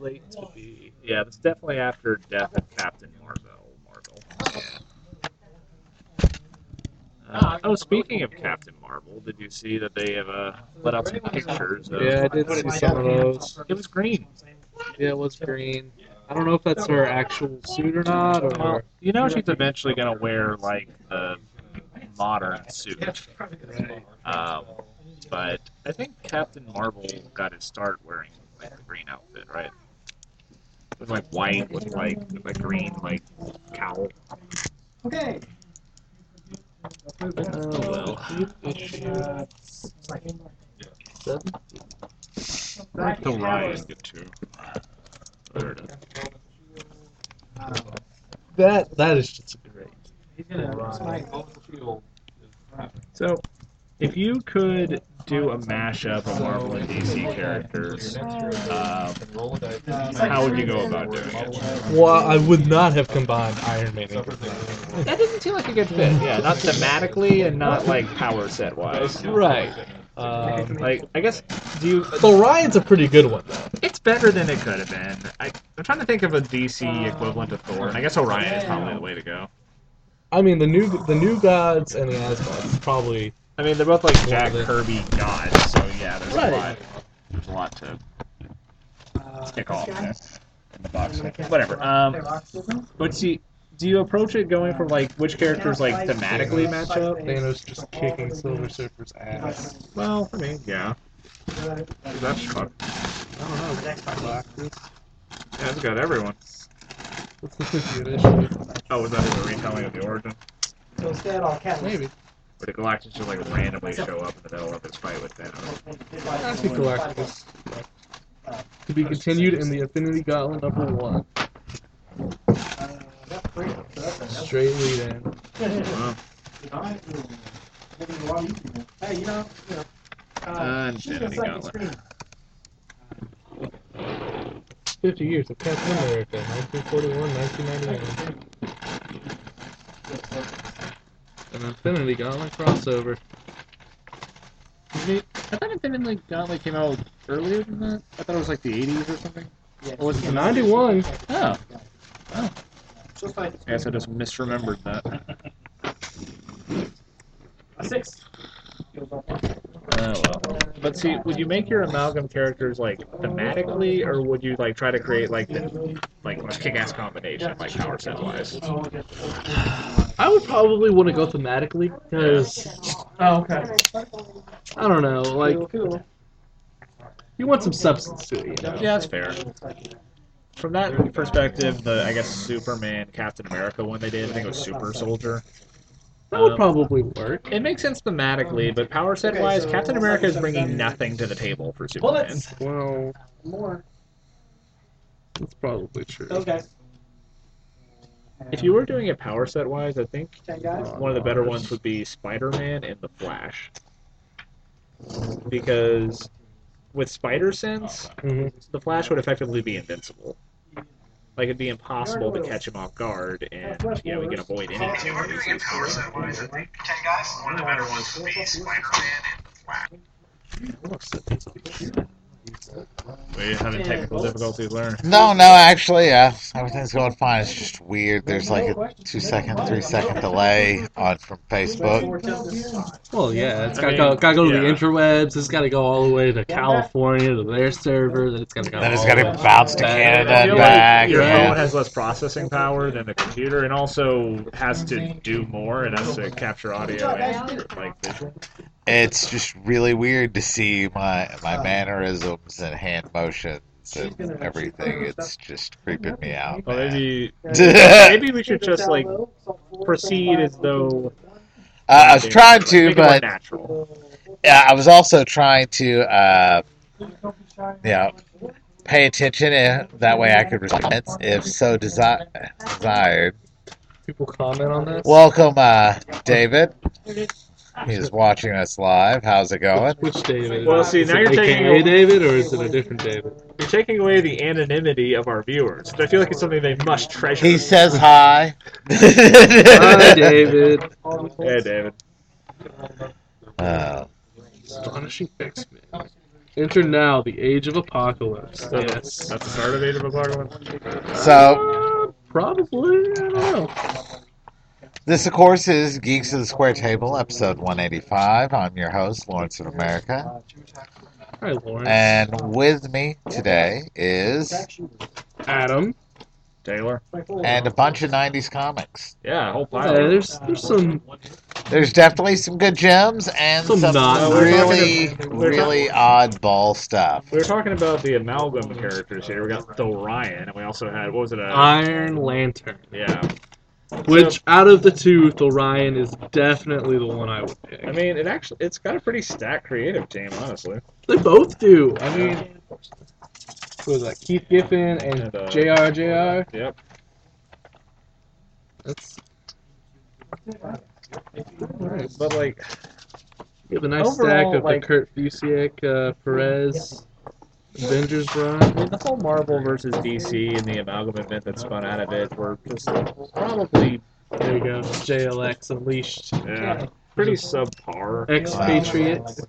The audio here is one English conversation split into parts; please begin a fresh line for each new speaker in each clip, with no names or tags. late to be. Yeah, that's definitely after death of Captain Marvel. Marvel. Uh, oh, speaking of Captain Marvel, did you see that they have uh, let out some pictures? Of,
Yeah, I did see some of those.
It was green.
Yeah, it was green. I don't know if that's her actual suit or not,
Well,
or
you know she's eventually gonna wear like the modern suit,
Right.
um, but I think Captain Marvel got his start wearing like the green outfit, right? With like white with like a green like cowl.
Okay.
Oh well.
Back
The
to
rye is good too. There it is.
that that is just great.
He's gonna spike both the field.
So, if you could do a mashup of Marvel and DC characters, uh, how would you go about doing it?
Well, I would not have combined Iron Man. and Captain
That doesn't seem like a good fit. Yeah, not thematically and not like power set wise.
Marvel. Right. Um,
Like, I guess, do you?
so Ryan's a pretty good one though.
It's better than it could have been. I, I'm trying to think of a DC equivalent to Thor, and I guess Orion is probably the way to go.
I mean, the new the new gods and the Asgods is probably
I mean, they're both like Jack Kirby gods, so yeah, there's
Right.
a lot. There's a lot to
Uh,
pick off there in the box.
Okay.
Whatever. Um, But see, do you approach it going from like which characters like thematically match up?
Thanos just kicking Silver Surfer's ass.
Well, for me, yeah, that's fun.
I don't know. Galactus.
Yeah, it's got everyone.
What's the 50th issue?
Oh, was that a retelling of the origin?
So instead, I'll catch.
Maybe.
Where the Galactus just like randomly show up in the middle of this fight with Thanos?
I think Galactus. To be continued in the Infinity Gauntlet number one. Straight lead in.
Well,
Hey, you know, you know.
Uh,
she's a
Infinity
second
Gauntlet.
screen.
50 years of Captain America, 1941, 1991. An Infinity Gauntlet crossover.
I thought Infinity Gauntlet came out earlier than that. I thought it was like the 80s or something.
Yes.
Or was it the
91?
Oh,
She'll second
I guess I just misremembered that.
A six.
Oh well. But see, would you make your amalgam characters like thematically, or would you like try to create like the like a kick-ass combination, like power set wise?
I would probably want to go thematically because
Oh, okay.
I don't know, like
Cool, cool.
you want some substance to it. You know?
Yeah, that's fair. From that perspective, the I guess Superman, Captain America one they did, I think it was Super Soldier.
That would
Um,
probably work.
It makes sense thematically, but power set wise,
Okay, so-
Captain America is bringing nothing to the table for Superman.
Bullets.
Well,
More.
that's probably true.
Those guys.
If you were doing it power set wise, I think
Ten guys.
Oh,
one of the better ones would be Spider-Man and the Flash, because with Spider Sense,
Mhm.
the Flash would effectively be invincible. Like it'd be impossible to catch him off guard, and yeah, we can avoid any
If you were Oh, doing it power set wise, I think ten guys. One of the better ones would be Spider-Man and the Flash.
We're having
technical
difficulties learning.
No, no, actually, yeah, everything's going fine. It's just weird. There's like a two second, three second delay on from Facebook.
Four till this spot.
Well, yeah, it's
I
got to
mean,
go, gotta go to the
yeah.
interwebs. It's got to go all the way to California to their server. Then it's got to go.
Then it's
all
got
the
to
way-
bounce to Canada and back.
your
yeah.
phone has less processing power than the computer, and also has to do more. It has to capture audio and like visual.
It's just really weird to see my my mannerisms and hand motions and everything. It's just creeping me out.
Well,
man.
maybe
I,
maybe we should just like proceed as though
Uh, I was trying to,
Make it more
but
natural.
yeah, I was also trying to, uh, you know, pay attention. If, that way, I could respond if so desi- desired.
People comment on that.
Welcome, uh, David. He's watching us live. How's it going?
Which David?
Well, see,
Is
now
it
you're taking
AKA
a-
David, or is it a different David?
You're taking away the anonymity of our viewers. I feel like it's something they must treasure.
He says hi.
Hi, David.
"Hey, David."
Oh.
Astonishing X Men. Enter now the age of apocalypse. Uh,
So
Yes.
That's the start of Age of Apocalypse.
So
Uh, probably. I don't know.
This, of course, is Geeks of the Square Table, episode 185. I'm your host, Lawrence of America.
Hi, Lawrence.
And with me today is.
Adam.
Taylor.
And a bunch of 90s comics.
Yeah, a whole pile.
Yeah, Uh, there's there's some
There's definitely some good gems and
Some
some,
not-
really, really oddball stuff.
we were talking about the amalgam characters here. We got Thor Ryan, and we also had what was it? Uh,
Iron Lantern,
yeah.
which out of the two, Orion is definitely the one I would
I
pick.
mean, it actually it's got a pretty stacked creative team, honestly.
They both do. I mean, who was that? Keith Giffen and
And, uh,
Jr. Jr.
Yep.
That's nice.
But like,
We have a nice
Overall,
stack of
like-
the Kurt Busiek, uh, Perez, Avengers run.
I mean, the whole Marvel versus DC and the amalgam event that spun out of it were just probably
There you go. JLX Unleashed.
yeah, pretty subpar.
Expatriates.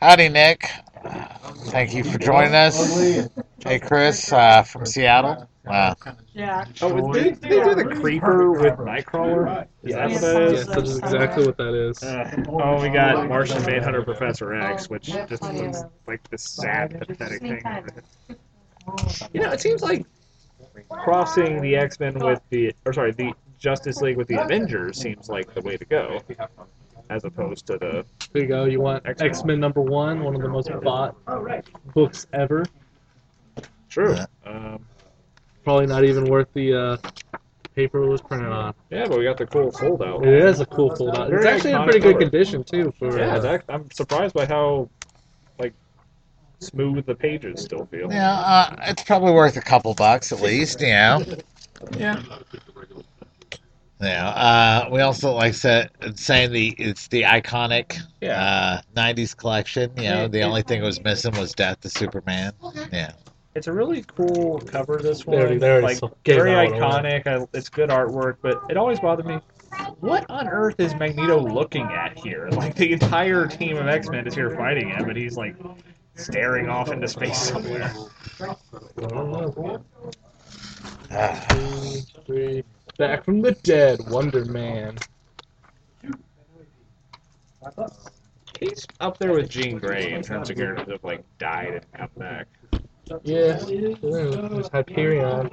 Howdy, Nick. Thank you for joining us. Hey, Chris uh, from Seattle. Wow.
Yeah.
Oh, did they, they do the creeper with Nightcrawler? Is that what that
Yes,
is?
that is exactly what that is.
Uh, oh, we got Martian Manhunter Professor X, which just seems like this sad, pathetic thing. You know, it seems like crossing the X Men with the, or sorry, the Justice League with the Avengers seems like the way to go, as opposed to the
There you go. You want
X-Men.
X Men number one, one of the most bought books ever.
true. Um,
Probably not even worth the uh, paper it was printed on.
yeah, but we got the cool fold out.
It is a cool fold out. It's
Very
actually in
iconic
pretty good
cover.
condition too. For
Yeah,
uh,
that, I'm surprised by how like smooth the pages still feel.
Yeah, uh, it's probably worth a couple bucks at least, you know.
Yeah.
Yeah, uh, we also like said saying the it's the iconic
Yeah.
uh, '90s collection. You know, the only thing it was missing was Death to Superman. Yeah,
It's a really cool cover. This
They already-
one,
they already
like
sold- gave
very
that one
iconic. I, it's good artwork, but it always bothered me. What on earth is Magneto looking at here? Like the entire team of X Men is here fighting him, but he's like staring off into space somewhere.
Ah,
two, three. Back from the dead, Wonder Man.
He's up there with Jean Grey in terms of characters that have like died and come back.
Yeah, there's Hyperion,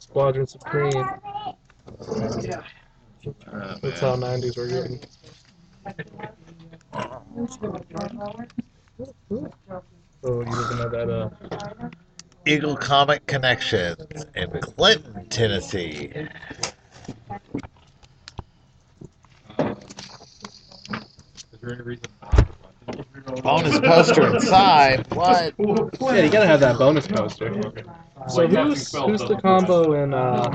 Squadron Supreme. That's how '90s were written. Oh, you looking at that? Uh,
Eagle Comic Connections in Clinton, Tennessee. Bonus poster inside. What?
yeah, you gotta have that bonus poster. So who's who's the combo in uh,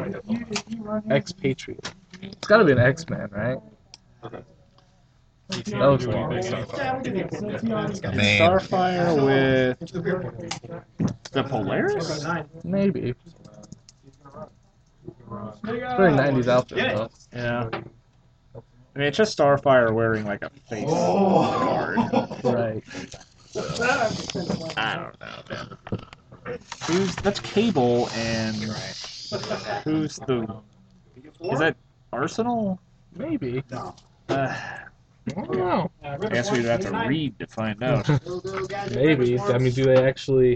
Expatriate? It's gotta be an X Men, right? That looks like
I mean,
Starfire with the Polaris.
maybe. Very '90s outfit
Yeah.
though.
Yeah. I mean, it's just Starfire wearing like a face guard.
Right.
I don't know, man. Who's that's Cable and who's the is that Arsenal?
Maybe.
Uh,
I don't know.
I guess we'd have to read to find out.
Oh, Maybe. I mean, do they actually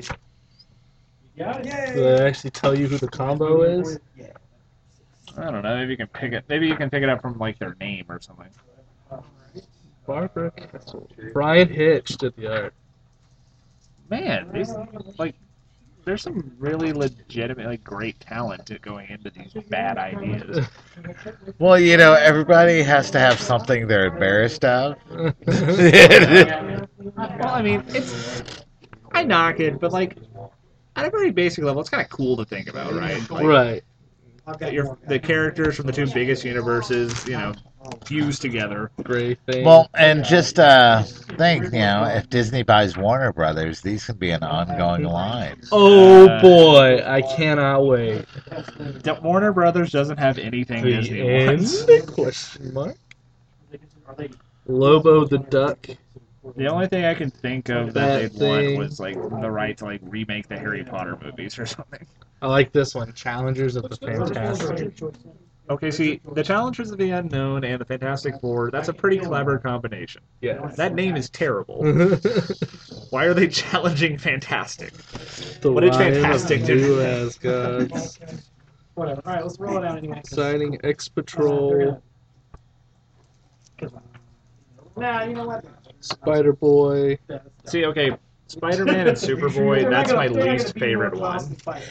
do they actually tell you who the combo is?
I don't know. Maybe you can pick it. Maybe you can pick it up from like their name or something.
Barbara. Castle. Brian Hitch did the art.
Man, these like there's some really legitimate, like great talent to going into these bad ideas.
well, you know, everybody has to have something they're embarrassed of.
Well, I mean, it's I knock it, but like at a very basic level, it's kind of cool to think about, right? Like,
right.
your, the characters from the two biggest universes, you know, fused together.
Gray thing.
Well, and just uh, think, you know, if Disney buys Warner Brothers, these can be an ongoing line.
oh
Uh,
boy, I cannot wait.
The Warner Brothers doesn't have anything
The
Disney
end?
wants.
Question mark. Lobo the Duck
The only thing I can think of
That
that, they'd
thing.
want was like the right to like remake the Harry Potter movies or something.
I like this one. Challengers of the Fantastic.
Okay, see, the Challengers of the Unknown and the Fantastic Four, that's a pretty clever combination.
Yeah.
That name is terrible.
the
Why are they challenging Fantastic?
what
What
Lion
did Fantastic
fantastic of
do?
New Asgard's
Whatever. All right, let's roll it out anyway.
signing X
They're
Patrol,
gonna- Nah, you know what?
Spider Boy.
See, okay, Spider Man and Superboy, that's my least favorite one. Like-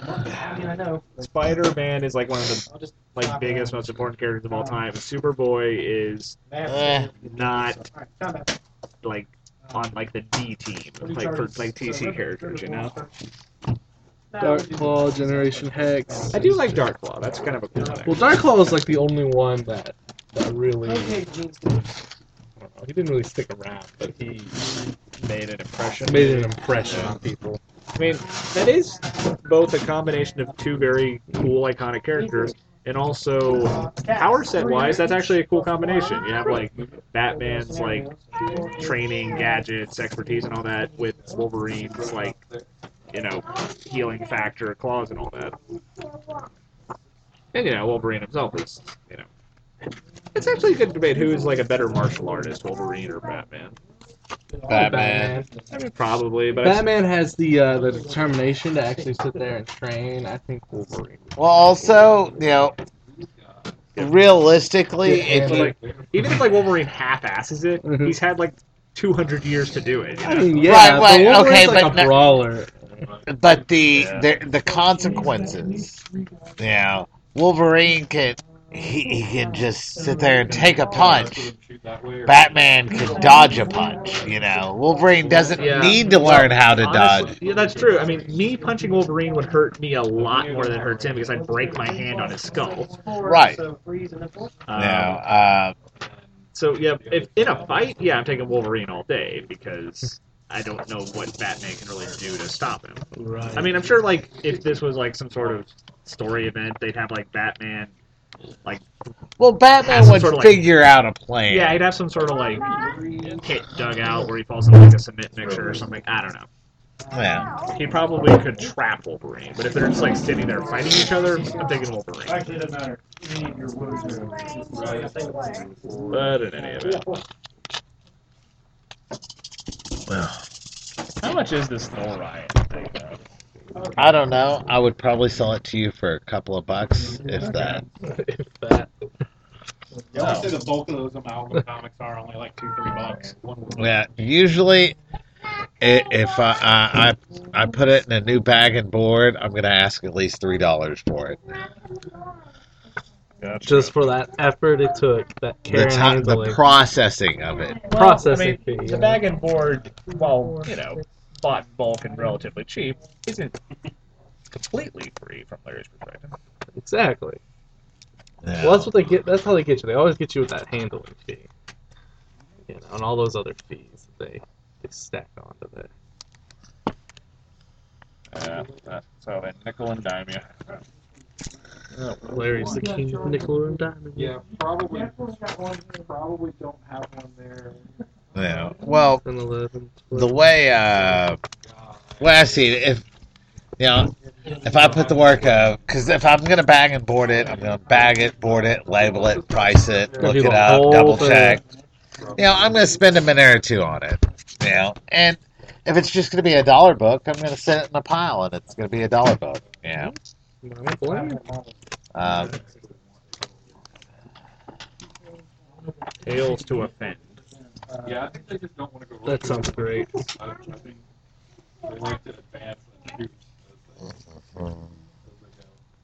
I mean, I know.
Spider Man is like one of the
I'll just
like biggest, most important characters of all time. Superboy is
Eh.
not
All right, found that.
like on like the D team, like for like TC characters, you know.
Nah, we'll
Dark
do-
Claw, Generation Hex.
I do like Dark Claw. That's kind of a cool thing.
Well, Dark Claw is like the only one that that really.
Okay, Gene.
I don't know, he didn't really stick around, but he
Made an impression.
made an impression on people.
I mean, that is both a combination of two very cool, iconic characters, and also uh,
Uh,
power set wise, that's actually a cool combination. You have like Batman's like training, gadgets, expertise, and all that with Wolverine's like you know healing factor, claws, and all that. And you know Wolverine himself is you know. It's actually a good debate who is like a better martial artist, Wolverine or Batman.
Oh, Batman.
I mean, probably, but I-
Batman has the uh, the determination to actually sit there and train. I think Wolverine.
Well, also, you know, realistically, if
Yeah,
you
like-
even if like Wolverine half asses it,
Mhm.
he's had like 200 years to do it. you
I
know?
mean, yeah,
Right, right,
but Wolverine's
okay,
like
but
a
no-
brawler.
but the the, the consequences. You know, Wolverine can he, he can just sit there and take a punch. Batman can dodge a punch. You know, Wolverine doesn't
Yeah.
need to learn how to
Honestly-
dodge.
Yeah, that's true. I mean, me punching Wolverine would hurt me a lot more than it hurts him because I'd break my hand on his skull.
Right.
So, freeze and then force.
You
Um,
know, uh,
So yeah, if in a fight, yeah, I'm taking Wolverine all day because I don't know what Batman can really do to stop him.
Right.
I mean, I'm sure like if this was like some sort of story event, they'd have like Batman.
well, Batman
Has some
would
sort of, like-
figure out a plan.
Yeah, he'd have some sort of like pit dug out where he falls into like a cement mixture or something. I don't know.
Yeah.
He probably could trap Wolverine, but if they're just like sitting there fighting each other, I'm thinking Wolverine.
Actually, it doesn't matter. You need your wounds are- Right, I think-
But in any event,
How much is this Thor riot thing? though?
I don't know. I would probably sell it to you for a couple of bucks, if that.
if that.
Yeah, I would say the bulk of those amalgam comics are only like two, three bucks.
Yeah, usually, i- if I, I I I put it in a new bag and board, I'm gonna ask at least three dollars for it.
Just for that effort it took, that care
The
and
ti- the
handling,
processing of it.
processing
I mean,
fee.
the bag and board, while you know, bought in bulk and relatively cheap, isn't completely free from Larry's perspective.
Exactly.
Yeah.
Well, that's what they get. That's how they get you. They always get you with that handling fee, you know, and all those other fees that they they stack onto there.
Uh, uh, so then nickel and dime you.
Larry's the king of nickel and diamond.
Yeah, probably. Probably don't have one there.
Yeah. Well,
And 11,
the way uh, well, I see if you know if I put the work of because if I'm gonna bag and board it, I'm gonna bag it, board it, label it, price it,
Gonna
look
do
it
the
up,
whole
double
thing.
check. You know, I'm gonna spend a minute or two on it. You know, and if it's just gonna be a dollar book, I'm gonna set it in a pile, and it's gonna be a dollar book. You know.
Mama Blair.
Um,
Tales to offend.
Yeah, I think they just don't want to go.
That sounds great.
I, I think they like to advance and shoot as they, as they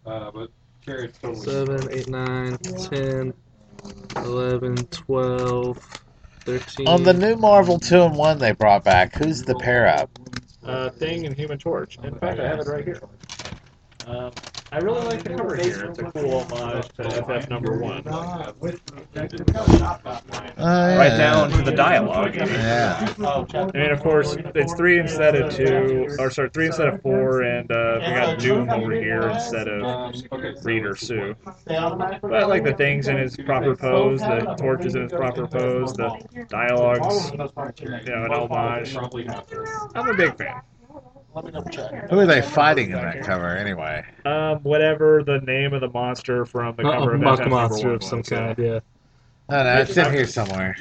go. Uh, but Jared's totally.
7, 8, 9, 10, 11, 12, 13.
on the new Marvel two and one they brought back, who's the pair up?
Uh, thing and Human Torch. In fact, I have it right here. Um, I really like the cover here. It's a cool homage to FF number one.
Right down to the dialogue.
Yeah.
Oh,
I mean, of course, it's three instead of two, or sorry, three instead of four, and uh, we got Doom over here instead
Um,
of Reader Sue. But I like the things in its proper pose, the torches in its proper pose, the dialogues, you know, an homage.
Oh,
I'm a big fan.
Who are they fighting in that cover anyway?
Um, whatever the name of the monster from the
A,
cover
a
of
muck
FF
monster
number
Uh, of
one
some
was, yeah.
kind, yeah.
I don't know. It's in here somewhere.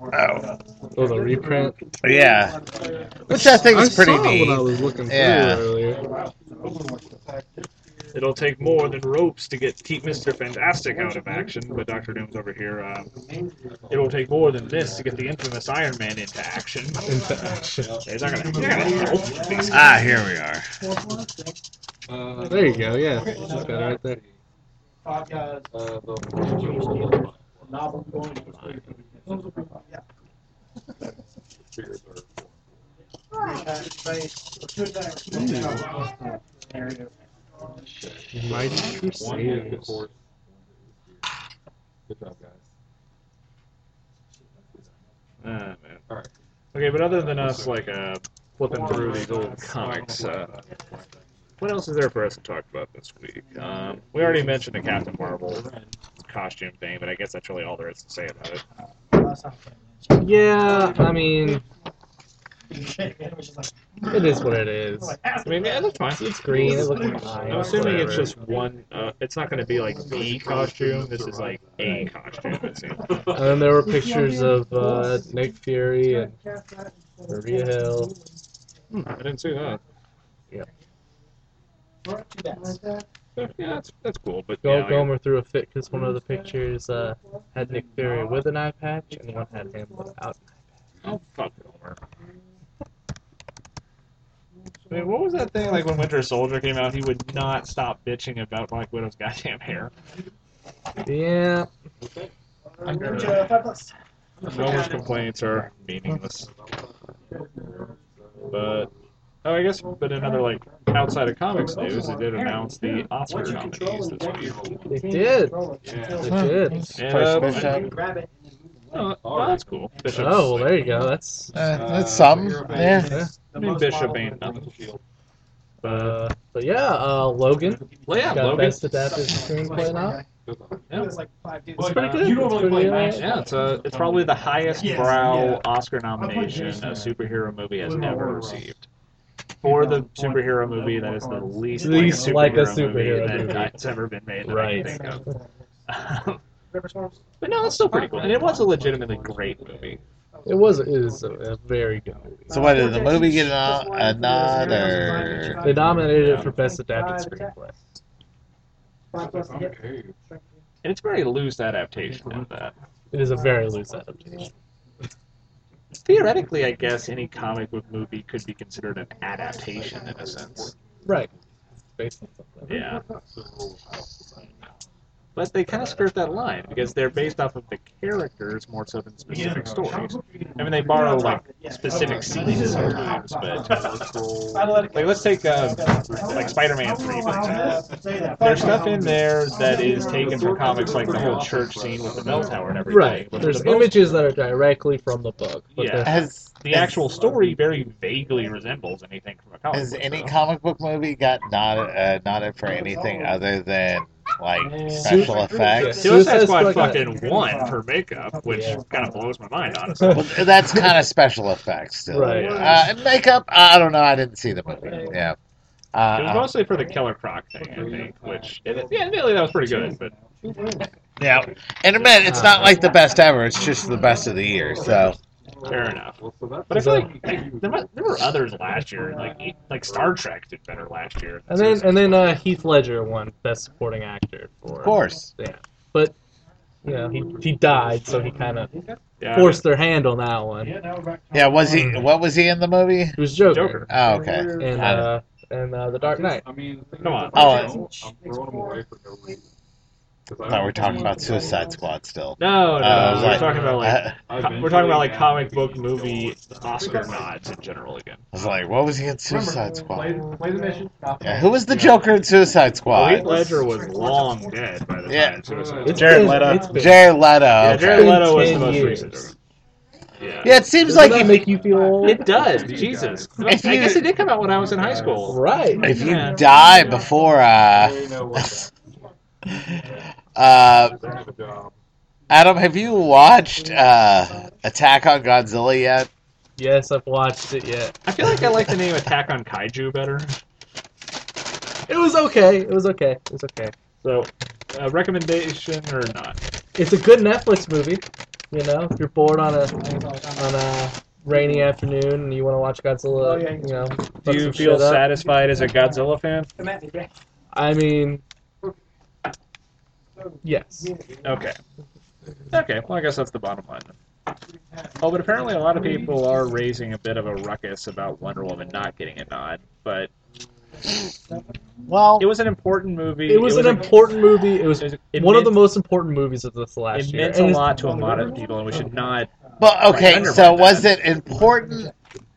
Oh.
Oh, the reprint.
Yeah. Which I think is pretty
I saw what I
neat.
was looking
Yeah.
through earlier.
It'll take more than ropes to get keep Mister Fantastic out of action, but Doctor Doom's over here. Um, it'll take more than this to get the infamous Iron Man into action.
In fact,
He's not gonna, he's not gonna help. basically.
Ah, here we are.
there you go. Yeah, that's better right there.
Uh,
Mighty Crusaders.
Good job, guys.
Ah, man.
All right.
Okay, but other than us, like uh, flipping through these old comics, uh, what else is there for us to talk about this week? Um, we already mentioned the Captain Marvel costume thing, but I guess that's really all there is to say about it.
Yeah, Uh, I mean, it is what it is.
I mean, yeah, that's fine.
It's green. It looks fine.
I'm assuming it's
whatever.
just one. Uh, it's not going to be like the costume. This is like a costume. It seems.
And then there were pictures of uh, Nick Fury and Maria Hill. hmm.
I didn't see that. Yeah, that's, that's cool. But
Go-
yeah, I-
Gomer threw a fit because one of the pictures uh, had Nick Fury with an eye patch and one had him without.
oh fuck Homer. I mean, what was that thing like when Winter Soldier came out? He would not stop bitching about Black Widow's goddamn hair.
Yeah,
Homer's complaints are meaningless. But oh, I guess. But another like outside of comics news, they did announce the Oscar nominees this week.
they did. They did.
And,
First
um,
Bishop.
Oh, well, that's cool. Bishop's,
Oh, well, there you go. That's
Uh, that's some. Yeah.
I mean, Bishop ain't nothing.
uh, but yeah, uh, Logan
Well, yeah,
got
Logan.
best adapted screenplay now.
It's
pretty good.
uh, You don't
It's
really
pretty
play
all
match.
right.
Yeah, it's, a, it's probably the highest brow Oscar nomination a superhero movie has ever received. For the superhero movie, that is the least,
Least like a
movie,
superhero movie.
that's ever been made. That
Right.
I can think of. but no, it's still pretty cool, and it was a legitimately great movie.
It was it is a, a very good movie.
So what
Uh,
did the movie get a, no- a nod or?
They nominated it for best adapted screenplay.
And it's a very loose adaptation of that.
It is a very loose adaptation.
Theoretically, I guess any comic book movie could be considered an adaptation in a sense.
Right. It's based on something.
Yeah. But they kind of skirt that line because they're based off of the characters more so than specific stories. I mean, they borrow like specific scenes sometimes, but like let's take uh, like Spider-Man three. For example. There's stuff in there that is taken from comics, like the whole church scene with the bell tower and everything.
Right.
But
There's
the, most-
images that are directly from the book, but
Yeah.
they're
Has
the actual story very vaguely resembles anything from a comic.
has
book,
any
though.
comic book movie got nod uh, nodded for anything other than like special effects?
Suicide
Suicide
Squad
Squad got-
fucking won for makeup, which kind of blows my mind, honestly.
Well, that's kind of special effects still.
Right.
Uh, and makeup, I don't know. I didn't see the movie. Yeah. Uh,
It was
uh,
mostly for the Killer Croc thing, I think, which, it, yeah, admittedly, that was pretty good, but
yeah. And admit, it's not like the best ever. It's just the best of the year. So
fair enough. But I feel like, like there, mu- there were others last year, like e- like Star Trek did better last year.
And then and then uh, Heath Ledger won Best Supporting Actor for
of course.
Yeah, but you know he he died, so he kind of
yeah,
forced their hand on that one.
Yeah. Was he?
Hmm.
What was he in the movie?
He was Joker,
Joker.
Oh, okay.
and
I-
uh, and uh, the Dark Knight.
I mean, the thing
Come
is,
on.
Oh,
I'm throwing them away for no reason.
I thought we were talking about Suicide Squad still.
Oh, No, no, no,
Uh, was
we're
like-
talking about like
I
co- we're talking about like comic book movie Oscar nods in general again.
was like, what was he in Suicide Squad?
Play, play the mission. Not
Yeah, who was the Joker in Suicide
Heath
Squad?
Ledger was long dead by the
Yeah.
time Suicide. Squad-
It's
Jared
been-
Leto.
it's been-
Jared Leto.
yeah,
okay.
Jared Leto was the
Ten
most
years.
recent.
Yeah, it seems like
that
if,
make you feel old?
It does. Jesus. I
If you-
guess it did come out when I was in high school.
right.
if you
Yeah.
die before uh,
really know what
uh,
that is. job.
Adam, have you watched uh, Attack on Godzilla yet?
Yes, I've watched it yet.
I feel like I like the name Attack on Kaiju better.
It was okay. It was okay. It was okay.
So, uh, recommendation or not?
It's a good Netflix movie. You know, if you're bored on a on a rainy afternoon and you want to watch Godzilla, you know, fuck
Do
some
you feel
shit up.
satisfied as a Godzilla fan?
I mean, yes.
Okay. Okay, well, I guess that's the bottom line. Oh, but apparently a lot of people are raising a bit of a ruckus about Wonder Woman not getting a nod, but
Well,
it was an important movie.
It was, an
a-
important movie. It was
it was- it
one of the
meant-
most important movies of this last
It
year.
meant
And
a
it's-
lot to a lot of people, and we should not.
but okay.
Undermine
So
that.
was it important?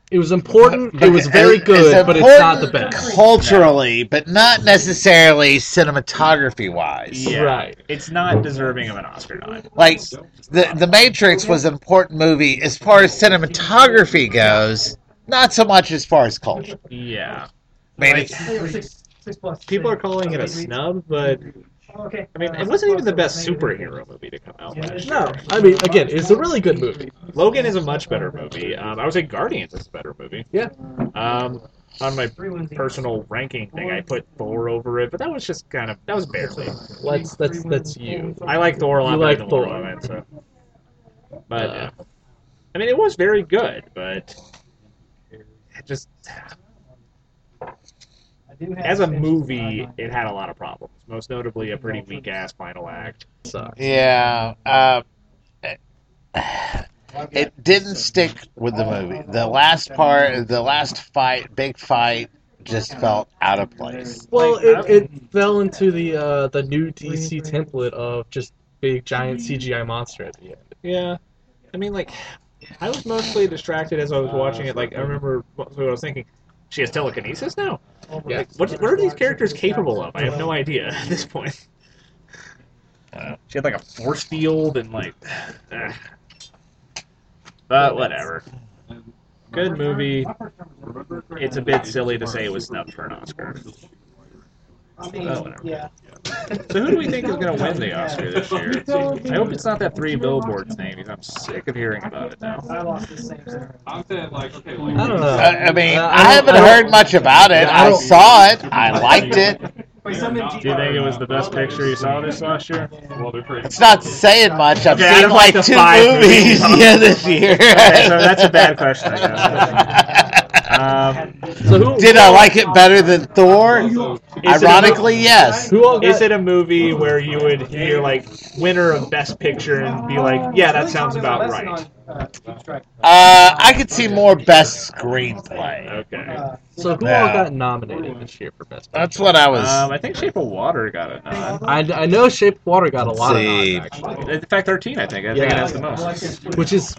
It was important.
But
it was very
it's-
good, but it's not the
important
best.
culturally, but not necessarily cinematography wise.
Yeah.
Right.
It's not deserving of an Oscar nod.
Like the the Matrix was an important movie as far as cinematography goes, not so much as far as culture.
Yeah.
I mean,
Like,
it's,
People are calling it a snub, but
Okay.
I mean, it wasn't even the best superhero movie to come out last year.
No, I mean, again, it's a really good movie.
Logan is a much better movie. Um, I would say Guardians is a better movie.
Yeah.
Um, on my personal ranking thing, I put Thor over it, but that was just kind of that was barely.
Let's that's that's you.
I like Thor a lot
You
better
like
than Wonder
Thor.
Woman, so. But uh, I mean, it was very good, but it just as a movie, it had a lot of problems. Most notably, a pretty weak ass final act.
So
yeah. Uh, it didn't stick with the movie. The last part, the last fight, big fight, just felt out of place.
well,
Like,
it,
I-
it fell into the uh, the new DC template of just big giant CGI monster at the end.
Yeah, I mean, like, I was mostly distracted as I was watching it. Like, I remember what what I was thinking. She has telekinesis now.
Yeah.
What, what are these characters capable of? I have no idea at this point. Uh, She had like a force field and like, eh. but whatever. Good movie. It's a bit silly to say it was snubbed for an Oscar. But Oh, whatever.
Yeah.
So who do we think is going to win the Oscar this year? I hope it's not that Three Billboards name. because I'm sick of hearing about it now.
I lost the same. sir.
I'm saying like okay, like
I don't know.
I, I mean,
Uh,
I,
don't-
haven't
don't-
heard much about it.
Yeah, I
I,
don't-
saw it. I liked it.
Wait, something
Do you think it was the best picture you saw this last year?
Well, they're pretty.
It's not saying much. I've
Okay, I
seen
don't like
like,
the
two
five
movies
movies.
yeah, this year.
Okay, so that's a bad question, I Um,
So who
Did I like it better than Thor?
Is it a-
Ironically, yes.
who all got
Is it a movie where you would hear like winner of best picture and be like, yeah, that sounds about right?
Uh, I could see more best screenplay.
Okay.
Uh,
so who all
Yeah.
got nominated this year for best?
That's what I was.
Um, I think Shape of Water got a nod.
I, I know Shape of Water got a lot of
See.
nods actually,
In fact, 13, I think. I think it has the most.
which is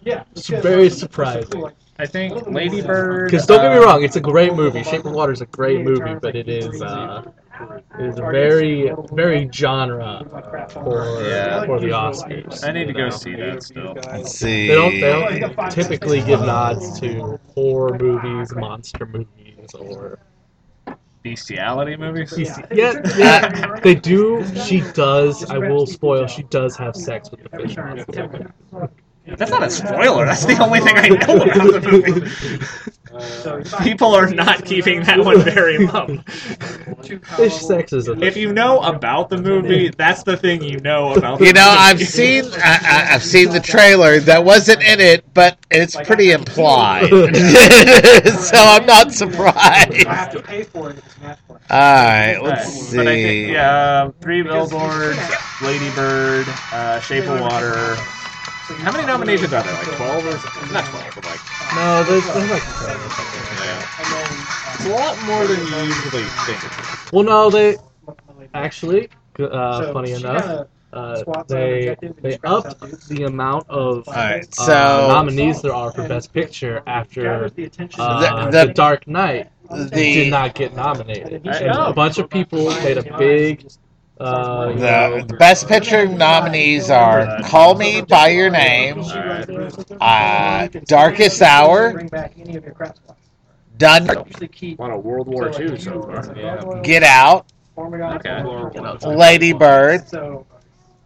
very surprising.
I think Lady Bird.
Because don't get me
um,
wrong, it's a great movie. Shape of Water is a great movie, but it is uh, it is a very very genre for
Yeah.
for the Oscars.
I need to
you
go
know?
see that still.
Let's
They
see.
don't
Oh,
they don't typically give nods to horror movies, monster movies, or
Bestiality movies?
yeah yeah they do. She does. I will spoil. She does have sex with the fish monster.
That's not a spoiler. That's the only thing I know about the movie.
Uh,
People are not keeping that one very low.
Fish sex is a
If you know about the movie, that's the thing you know about the
You know,
movie.
I've seen I, I, I've seen the trailer that wasn't in it, but it's pretty implied, so I'm not surprised.
I have to pay for it. if it's not for it.
All right, let's
Right. But I think,
see.
yeah, um, Three Billboards, Lady Bird, uh, Shape of Water. How many nominations are there? Like 12 or something? Not 12, but like.
no. There's, there's like
It's a lot more than you usually think.
well no they actually uh, funny enough uh,
Squats
they
over
they
objective and
upped
scratch out dudes.
the amount of
All right,
uh,
so
nominees there are for Best Picture after
Gathers the attention
uh,
of
The-
The Dark Knight did
the
not get nominated.
I
And
know.
a bunch of people made a big, uh, you know,
the best picture nominees are Call Me by Your Name, uh, Darkest Hour,
Bring back any of your crap supplies.
Done,
Usually keep
Won a World War II so far.
Yeah.
Get Out,
Formigons,
Okay.
Lady Bird,
So,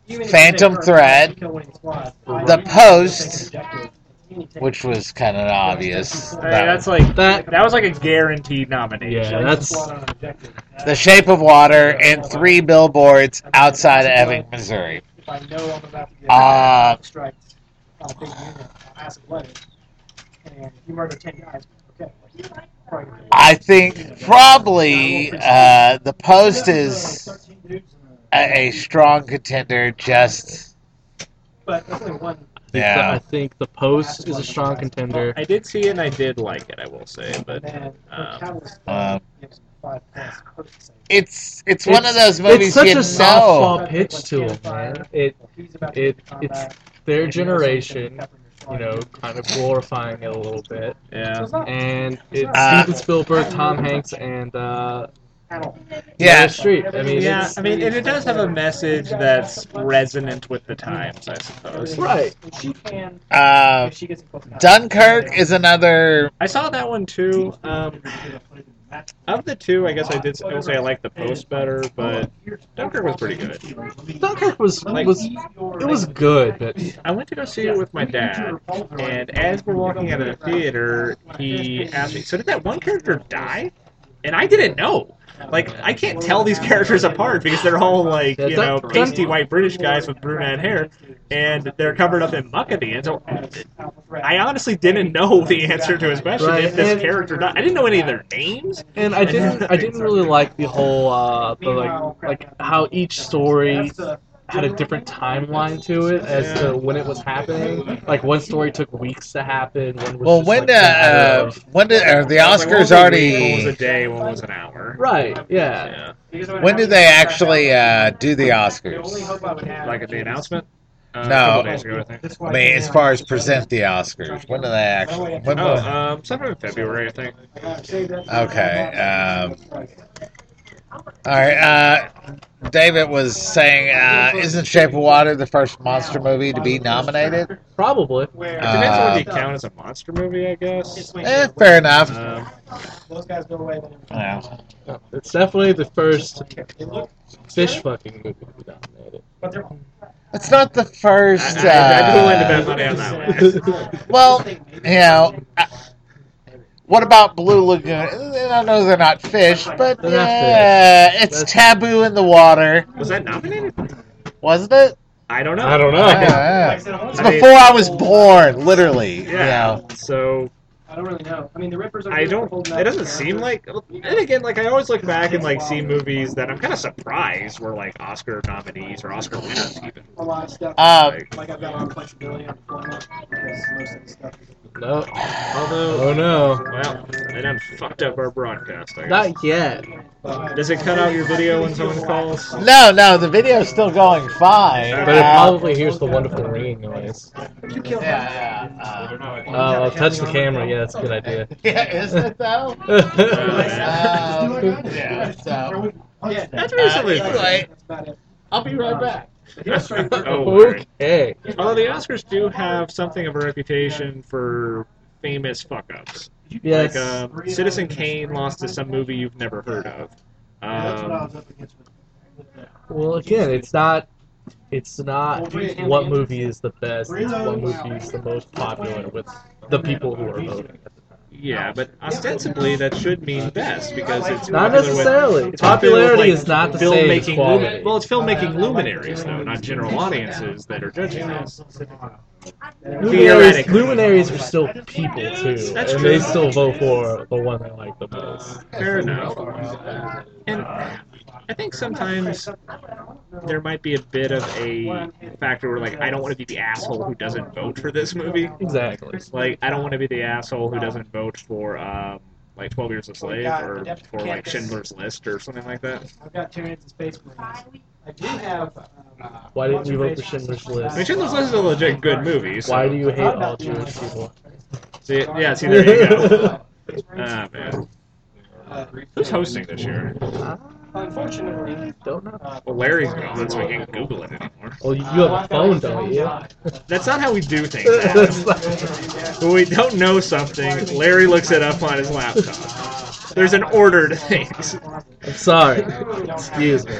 even if you
Phantom
take her
Thread,
and kill one of these squads,
The
I-
Post,
any take-
which was kind of obvious.
Hey, that's like that. That was like a guaranteed nomination.
yeah, that's
squad on an objective.
The Shape of Water, and three billboards outside of Ebbing, Missouri.
If I know I'm about to get
Uh,
strikes on a big unit, on acid weather, and you murder 10 guys, okay. like, probably gonna
I think probably uh, the Post is a, a strong contender. Just
But there's only one.
I think,
Yeah.
I think the Post is a strong contender.
I did see it and I did like it. I will say, but
man,
um,
Catalyst
um,
gives him five points. perfect save.
it's it's one of those
It's
movies
such
you
a
know.
softball pitch to them, man. It
He's about to
it
get into
it's
combat,
their
and you know something,
generation,
pepper in your slide,
you know, kind of glorifying it a little bit,
So
yeah,
it's not
and it's
Uh,
Steven Spielberg, Tom Hanks, and uh,
at all.
Yeah,
Meryl Streep. I mean,
yeah.
it's
I mean, and it does have a message that's resonant with the times, I suppose.
right. Um,
She can,
uh,
if she gets it close enough.
Dunkirk is another.
I saw that one too. Um, of the two, I guess I did. I will say I like the post better, but Dunkirk was pretty good.
Dunkirk was was it was good, but
I went to go see it with my dad, and as we're walking out of the theater, he asked me, "So did that one character die?" And I didn't know. Like I can't tell these characters apart because they're all like you know pasty white British guys with brunette hair, and they're covered up in muck at the end. So I honestly didn't know the answer to his question
Right,
if this
and-
character died. I didn't know any of their names.
and I didn't I didn't really like the whole uh, the, like like how each story had a different timeline to it as to when it was happening. Like one story took weeks to happen. One was
Well,
just,
when
like,
did
a matter
uh,
of-
when did are the
I was like,
Oscars
well, One was a
already?
day, one was an hour.
right? Yeah.
Yeah.
When did they actually uh, do the Oscars?
Like the announcement. Uh, a
No.
couple days ago, I think.
Oh. I mean, as far as present the Oscars, when did they actually? When
Oh,
was,
um, sometime in February, I think.
Okay. Um, all right. Uh, David was saying, uh, isn't Shape of Water the first monster movie to be nominated?
Probably.
It depends on
Uh,
what you count as a monster movie, I guess.
Eh, fair enough.
Um,
Those guys go away.
Yeah.
It's definitely the first fish fucking movie to be nominated.
But they're
It's not the
I,
first.
I, I'd be willing to bet
Uh,
money on that one.
well, you know. uh, What about Blue Lagoon? And I know they're not fish, but
They're not
yeah, it's
That's-
taboo in the water,
Was that nominated?
wasn't it?
I don't know.
I don't know.
Yeah. It's
I mean-
Uh, before I was born, literally. You
Yeah.
know.
So
I don't really know. I mean, the Rippers are.
I don't. It doesn't seem like. And again, like I always look back and like see movies that I'm kind of surprised were like Oscar nominees or Oscar winners even.
A lot of stuff.
Um,
like I've got on flexibility on deployment because most of the stuff is
No.
Although,
Oh no.
well, they done fucked up our broadcast. I guess.
Not yet.
Uh, Does it cut out your video when someone calls?
No, no, the video's still going fine.
But it
Uh,
probably hears the wonderful ringing noise.
yeah, yeah,
Oh, I'll touch the camera. Yeah, that's a good idea.
uh, yeah, isn't it though? Um, yeah, so
Yeah,
That's reasonably.
Uh,
funny.
anyway.
that's about it.
I'll be right back.
oh, word.
okay.
Although the Oscars do have something of a reputation for famous fuck ups.
Yes.
Like um, Citizen Kane lost to some movie you've never heard of. Um,
Well, again, it's not. It's not what movie is the best. It's what movie is the most popular with the people who are voting.
yeah, but ostensibly that should mean best because it's
Not
popular with-
necessarily.
it's popular with,
Popularity
like,
is not the same as
filmmaking.
quality.
Lumi- well, it's filmmaking luminaries though, not general audiences that are judging this.
Luminaries,
theoretically.
luminaries are still people too,
That's
and
true.
they still vote for the one they like the most.
Fair enough. And I think sometimes there might be a bit of a factor where, like, I don't want to be the asshole who doesn't vote for this movie.
Exactly.
Like, I don't want to be the asshole who doesn't vote for, um, like, 12 Years a Slave or for, like, Schindler's List or something like that.
I've got two minutes of space for I do have. Um,
Why didn't you vote for Schindler's
I mean,
List?
Schindler's List is a legit good movie. So.
Why do you hate all Jewish people?
See, yeah, see, there you go. Ah, man.
Uh,
Who's hosting this year?
unfortunately,
Don't know.
uh,
Well, Larry's gone, so we can't Google it anymore.
Well, Oh, you you have a phone, don't you?
That's not how we do things. Adam.
That's like-
when we don't know something, Larry looks it up on his laptop. There's an order to things.
I'm sorry. Excuse me.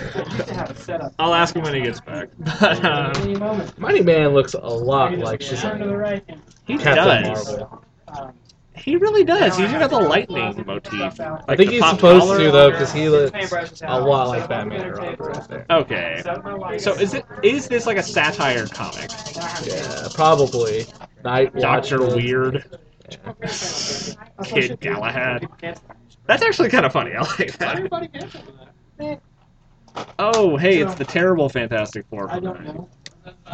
I'll ask him when he gets back. But, um,
Mighty Man looks a lot like
turn to the
Shazam.
right. and,
he
Captain
does.
Marvel.
um,
He really does. He's got the lightning motif.
I think
the
he's
pop
supposed
collar.
to though, because he looks
paintbrushes
a
out.
lot like Batman or Robin right there.
Okay. So is it is this like a satire comic?
Yeah, probably. Night
Doctor
Watchman.
Weird,
Yeah.
Kid Galahad. That's actually kind of funny. I like that.
Everybody gets it.
Oh, hey, it's the terrible Fantastic Four.
I don't know.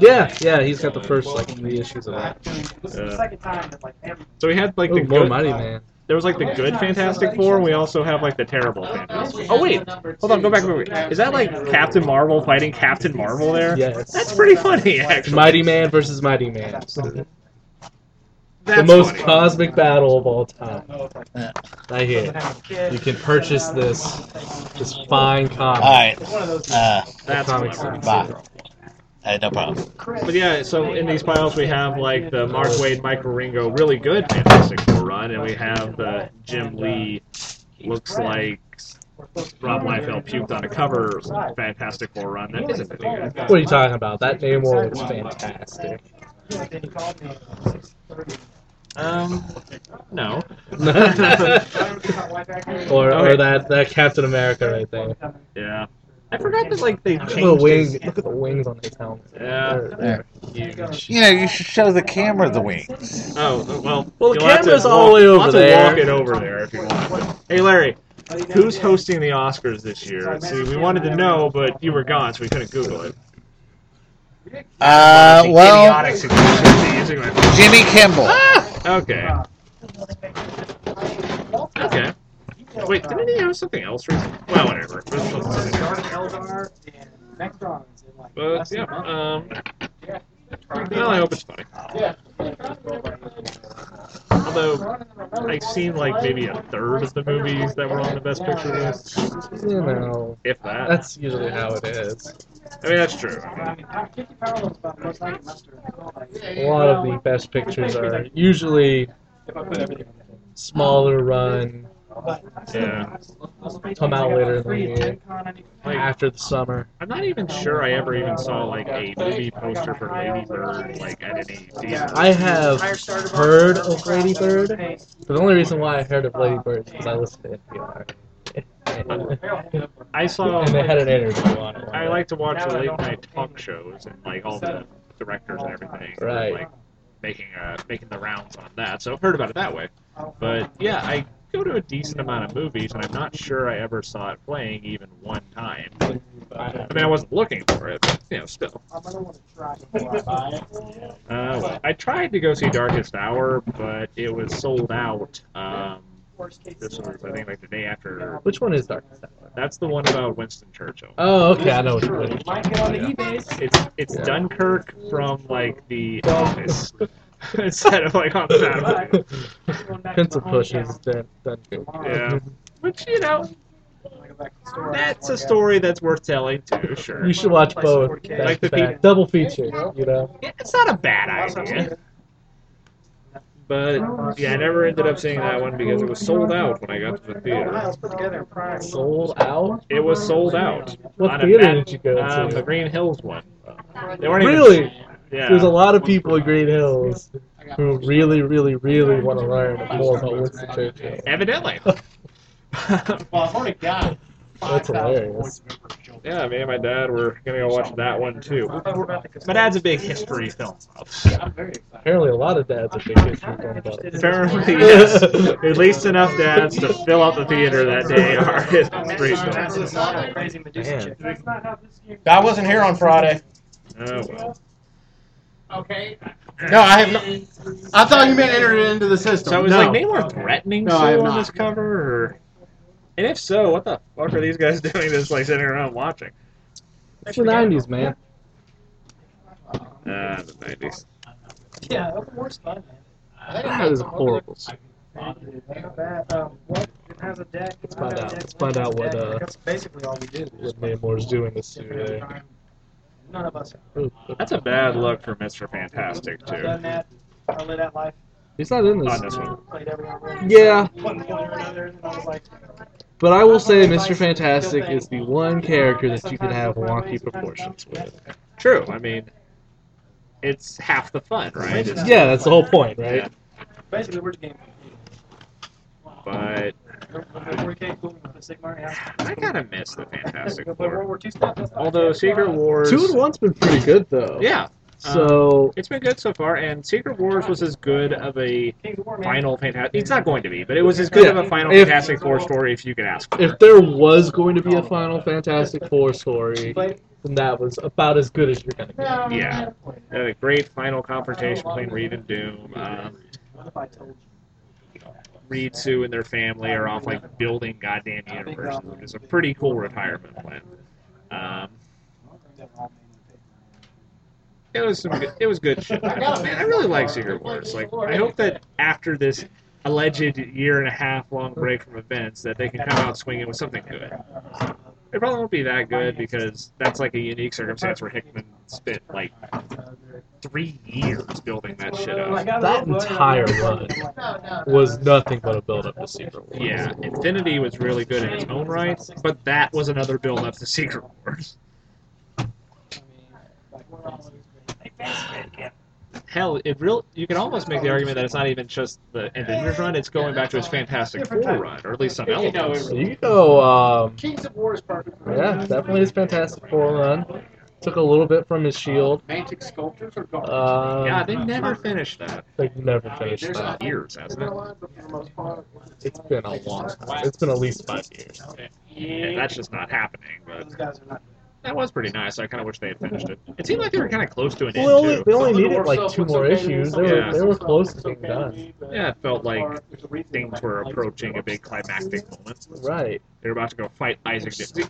yeah, yeah, he's got the first like three issues of that.
This is the
Yeah.
second time that like every
So we had like
Ooh,
the
Oh, more
good,
Mighty Man.
there was like the good Fantastic Four. and We also have like the terrible Fantastic. Four. Oh wait, hold on, go back. a movie. Is that like Captain Marvel fighting Captain Marvel there?
Yes.
That's pretty funny, actually.
Mighty Man versus Mighty Man.
That's
the most
funny.
cosmic battle of all time. I hear. it.
kid.
You can purchase this this fine comic.
All right.
One of those
Uh,
That's
comics.
clever.
bye. Hey, no problem.
But yeah, so in these piles we have like the Mark Wade, Mike Ringo, really good Fantastic Four run, and we have the Jim Lee looks like Rob Liefeld puked on a cover Fantastic Four run. That isn't pretty good.
What are you talking about? That Namor was fantastic.
Um, no.
or
Okay.
or that, that Captain America right there.
Yeah. I forgot that like they
Look at the
changed
wings.
his,
Look at the wings on his helmet.
Yeah.
There.
You know, you should show the camera the wings.
Oh well.
Well, the
you'll have to
camera's
walk,
all the way
you'll
over
have
there.
To walk it over there if you want. Hey Larry, who's hosting the Oscars this year? See, we wanted to know, but you were gone, so we couldn't Google it.
Uh, well,
Idiotic Ah! suggestion. Using my phone.
Jimmy Kimball.
Okay. Okay. Wait, didn't he have something else recently? Well, whatever.
Eldar and Megatron's in like
But yeah. Um. Well, I hope it's funny. Although I've seen like maybe a third of the movies that were on the Best Picture list,
You know,
if that.
that's usually how it is.
I mean, that's true.
I mean, how- 50 power levels about the most I can muster. Like,
A lot of the best pictures are usually
if I put everything on the
smaller run,
Yeah.
table.
Come out later in the
Free
year.
Gen Con, I need-
Like,
after the summer.
I'm not even sure I ever even saw like a movie poster for Lady Bird like at any decent.
I have heard of Lady Bird. but The only reason why I heard of Lady Bird is because I listened to NPR.
I saw.
and they had an interview on it.
I like to watch the late night talk shows and like all the directors and everything.
Right.
Like making uh making the rounds on that. So I've heard about it that way. But yeah, I go to a decent amount of movies and I'm not sure I ever saw it playing even one time. I mean I wasn't looking for it, but you know, still.
I'm gonna want to try.
Uh, well, I tried to go see Darkest Hour, but it was sold out. Um,
Worst case
this was I
scenario.
think like the day after.
Which one is Darkest Hour?
That's the one about Winston Churchill.
Oh, okay, I know what you're doing.
Might get on the eBays.
It's it's
Yeah.
Dunkirk from like the office instead of like on the battlefield.
Going back to
Prince of
my
Push
hometown
is done, done good.
tomorrow.
Yeah, which you know
when I go back to the store,
that's
I'll
a
work out.
story that's worth telling too. Sure,
You should watch both.
Like
Back
the
to back.
people-
Double feature, you know?
Yeah, it's not a bad idea. But yeah, I never ended up seeing that one because it was sold out when I got to the theater.
Let's put together a price.
Sold out?
It was sold out.
What
On a
theater
mat-
did you go
Um, the
to?
Green Hills one. They weren't even-
Really?
Yeah.
There's a lot of people in Green Hills who really, really, really want to learn more about Winston Churchill.
Evidently.
Well, I've already got.
That's
5,000
hilarious.
membership.
yeah, me and my dad were gonna go watch that one too. My dad's a big history film buff.
I'm very excited.
Apparently, a lot of dads are big history fan about it.
Apparently, yes. At least enough dads to fill out the theater that day are his three
That's
films.
a lot of crazy Medusa
Man.
chick.
I wasn't here on Friday.
Oh well.
No, I have not. I thought you meant entered it into the system.
So is
no.
like Namor threatening
No, I am
Sue on
not.
this cover, or... and if so, what the fuck are these guys doing? That's like sitting around watching.
It's the 90s, man. Uh,
Ah, the 90s.
Yeah, open world's fun, man.
That is horrible.
That, um, what it has a deck. Let's
find out- let's find out what, uh,
That's basically all we do.
What Namor's doing this today.
None of us.
That's a bad look for Mr. Fantastic,
I've
too.
done that. I lived that life.
He's not in
On
this.
this one.
Played everyone.
Yeah,
One point or another, and I was like,
but I will say Mr. Fantastic is the one character that you can have wonky proportions with.
True. I mean, it's half the fun, right? It's-
Yeah, that's the whole point, right?
basically, we're just game.
But
We're capable of the Sigmar. Yeah.
I kind of miss the Fantastic
But
Four.
World War II stuff. that's uh, not-
Although Secret Wars.
Two and one's been pretty good though.
Yeah.
So
It's been good so far, and Secret Wars was as good of a
Kings of War, man.
final Fantastic. It's not going to be, but it was as good
Yeah.
of a final
If-
Fantastic Four story if you could ask for.
if there was going to be
oh.
a Final Fantastic Four story, then that was about as good as you're gonna get.
Yeah. Had a great final confrontation between Reed and Doom. Um,
What if I told you?
Reed, Sue, and their family are off like building goddamn universes, which is a pretty cool retirement plan. Um, it was some good, it was good shit. Man, I really like Secret Wars. Like, I hope that after this alleged year and a half long break from events, that they can come out swinging with something good. It probably won't be that good because that's like a unique circumstance where Hickman spent like three years building that shit up.
That entire run was nothing but a build up to Secret Wars.
Yeah, Infinity was really good in its own right, but that was another build up to Secret Wars. Hell, it real you can almost make the argument that it's not even just the Avengers run, it's going back to his Fantastic Four run, or at least some elements.
So you go, um,
Kings of War is perfect.
yeah, definitely his Fantastic Four run. Took a little bit from his shield.
Magic sculptures are gone.
Um,
Yeah, they never finished that. uh,
they never finished that.
Years, hasn't it?
It's been a long time. It's been at least five years.
Yeah, that's just not happening, but
Those guys are not.
that was pretty nice. I kind of wish they had finished it. It seemed like they were kind of close to an
Well, they only,
end,
they
too.
only needed like two more issues. They
Yeah.
were, they were close to being done.
Yeah, it felt like things were approaching a big climactic moment.
Right.
They're about to go fight Isaac. Newton.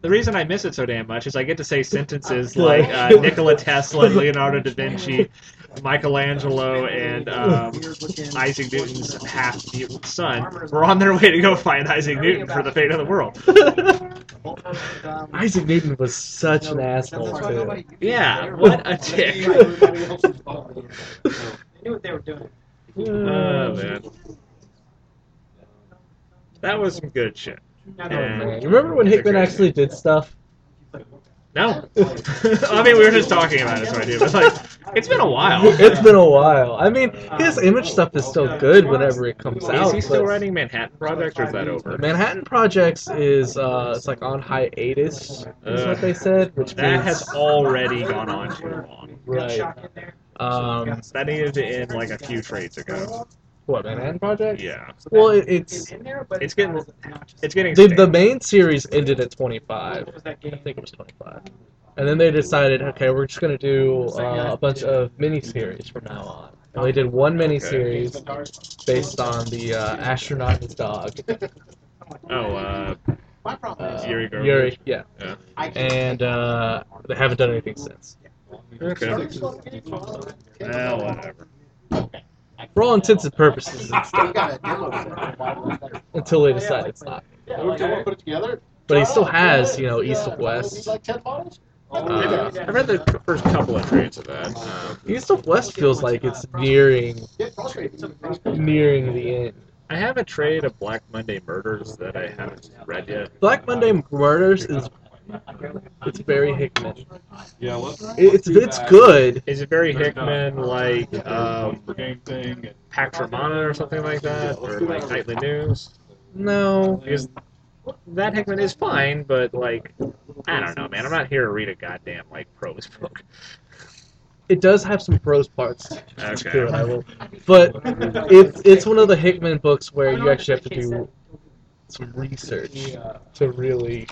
The reason I miss it so damn much is I get to say sentences like uh, Nikola Tesla, Leonardo da Vinci, Michelangelo, and um, Isaac Newton's half mutant son were on their way to go find Isaac Newton for the fate of the world.
Isaac Newton was such an asshole, too.
Yeah, what a dick.
They knew what they were doing.
Oh, man. That was some good shit.
Man,
And,
You remember when Hickman actually did stuff?
no. I mean, we were just talking about it, so I do, but like, it's been a while.
It's been a while. I mean, his image stuff is still good whenever it comes out.
Uh, Is he still
but
writing Manhattan Project, or is that over?
the Manhattan Projects is uh, it's like on hiatus, is
Ugh.
what they said, which
That
means
has already gone on too long.
right. Um,
That needed to end like a few trades ago.
what Manhattan Project?
Yeah,
Well, it, it's
it's getting it's getting
the, the
stale.
main series ended at 25. I think it was 25. And then they decided, okay, we're just going to do uh, a bunch of miniseries from now on. And they did one miniseries based on the uh, astronaut and his dog.
oh uh,
My problem
Uh,
Yuri Gagarin.
Yuri, yeah.
Yeah.
And uh, they haven't done anything since.
okay. Well, whatever.
For all intents and purposes, it's done, until they decide it's not.
Okay. Put it together.
But he still has, you know, East of West.
Uh, I read the first couple of trades of that. Um,
East of West feels like it's nearing, nearing the end.
I have a trade of Black Monday Murders that I haven't read yet.
Black Monday Murders is it's very Hickman.
Yeah, let's.
It's it's good.
Is it very Hickman like um,
Game thing. and-
Pax Romana or something like that, or like Nightly News?
No,
Because that Hickman is fine, but like, I don't know, man. I'm not here to read a goddamn like prose book.
it does have some prose parts to it. I
Okay.
will, but it's it's one of the Hickman books where you actually have to do some research to really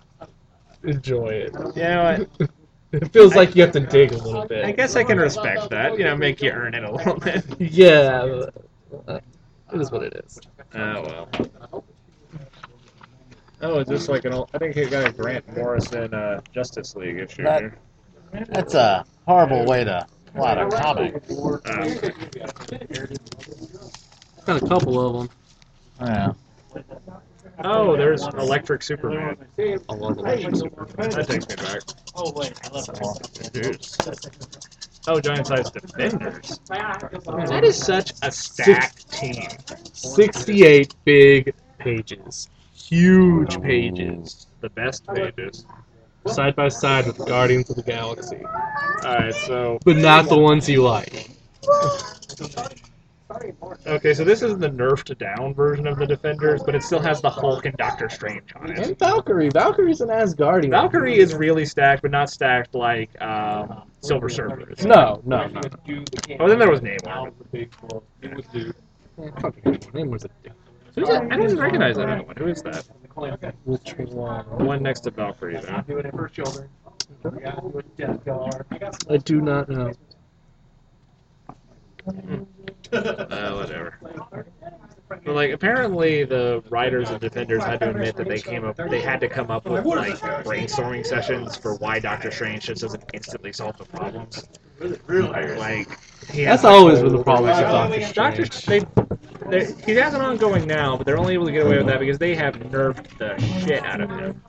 enjoy it.
You know what?
It feels like you have to dig a little
I
bit.
guess I can respect that. You know, make you earn it a little bit.
Yeah, but, uh, it is what it is.
Oh well. Oh, is this like an old? I think it got a Grant Morrison uh, Justice League issue.
That-
here.
That's a horrible way to plot a comic.
Uh,
Got a couple of them.
Yeah.
oh, there's Electric Superman.
I love Electric Superman.
That takes me back.
Oh, wait, I left it.
Oh, Giant Size Defenders.
That
That is such a stacked team.
68 big pages. Huge pages.
The best pages.
Side by side with Guardians of the Galaxy.
All right, so
But not the ones you like.
okay, so this is the nerfed down version of the Defenders, but it still has the Hulk and Doctor Strange on it.
And Valkyrie. Valkyrie's an Asgardian.
Valkyrie is really stacked, but not stacked like um, Silver Surfer. is.
No, no, no.
Oh, then there was Namor.
Name was a dick.
Who's that? I don't even recognize that other one. Who is that?
Which one?
The one next to Valkyrie, though.
"Oh,
I do not know.
Uh, whatever. But like, apparently the writers of Defenders had to admit that they came up, they had to come up with like brainstorming sessions for why Doctor Strange just doesn't instantly solve the problems. Like, uh, he has
That's always
the
been the problem with Doctor
Doctor,
Strange.
they, they, he has an ongoing now, but they're only able to get away with that because they have nerfed the shit out of him.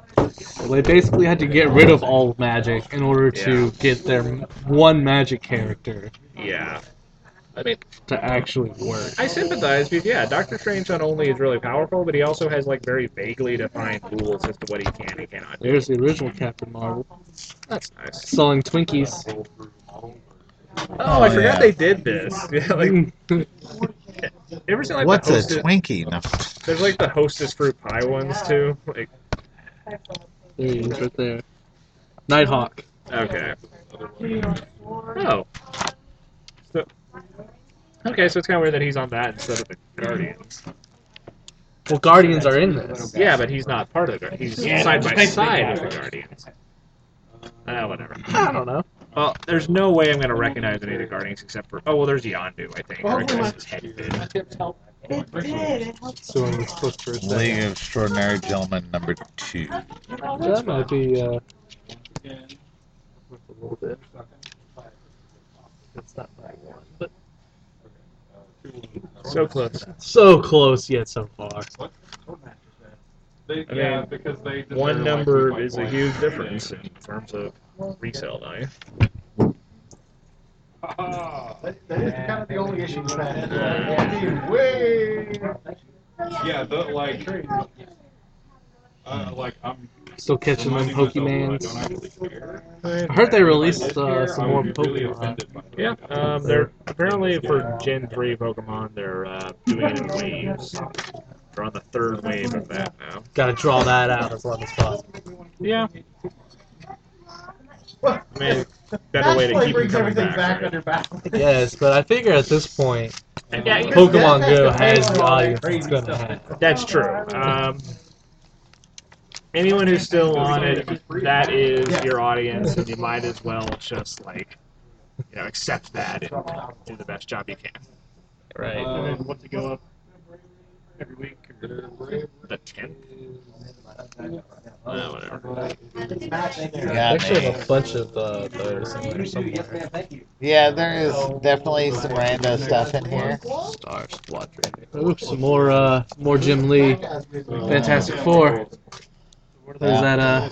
Well, they basically had to get rid of all magic in order to get their m- one magic character
Yeah. I mean,
to actually work.
I sympathize because yeah, Doctor Strange not only is really powerful, but he also has like very vaguely defined rules as to what he can and cannot do.
There's the original Captain Marvel
That's nice.
selling Twinkies.
Oh, I
Oh,
forgot
yeah.
they did this. Yeah, like ever seen like
What's
the
a
hostess,
Twinkie? No.
There's like the hostess fruit pie ones too. Like
There he is, right there. Nighthawk.
okay. Oh. So Okay, so it's kinda weird that he's on that instead of the Guardians.
Well, Guardians are in this.
Yeah, but he's not part of the Guardians. He's
Yeah,
side
that's
by
basically
side with
Guardians.
the Guardians. Ah, whatever.
I don't know.
Well, there's no way I'm going to recognize any of the Guardians except for. Oh, well, there's Yondu, I think. I recognize his head.
It did,
it helped.
So when we looked for a
League
second.
of Extraordinary Gentlemen number two.
That might be, uh, worth a little bit. That's not my one. But
So close.
so close yet so far.
They,
I
yeah,
mean,
because they deserve,
One
like,
number
2.1.
is a huge difference in terms of resale value.
Ah,
That is kind of the only issue with that.
Yeah.
Way.
yeah, the, like, uh, like I'm
Still catching them
reminding myself that I
Pokemans.
don't actually care.
I heard they
If
released
I did
uh,
care,
some
I
more
would be really
Pokemon.
offended by
Yeah,
that.
um, they're apparently for Gen 3 Pokemon, they're uh, doing it in waves. They're on the third wave of that now.
Gotta draw that out as long as possible.
Yeah. I mean, better way to keep them
brings
coming
everything back,
back. right?
under back.
Yes, but I figure at this point,
Yeah, you-
Pokemon
That's
Go
the
has
thing,
the
all that
audience it's
crazy
gonna
stuff.
have.
That's true. Um, anyone who's still on it, that is your audience, and you might as well just like, you know, accept that and do the best job you can.
Right.
Uh,
And then what to go up every week.
They're
The tenth,
Uh,
Ah, whatever.
Yeah,
Actually, I
man.
have a bunch of uh, those in there somewhere.
yeah, there is definitely some rando stuff in here.
Star Squadron. Ooh, some more, uh, more Jim Lee. Fantastic Four. There's that, uh,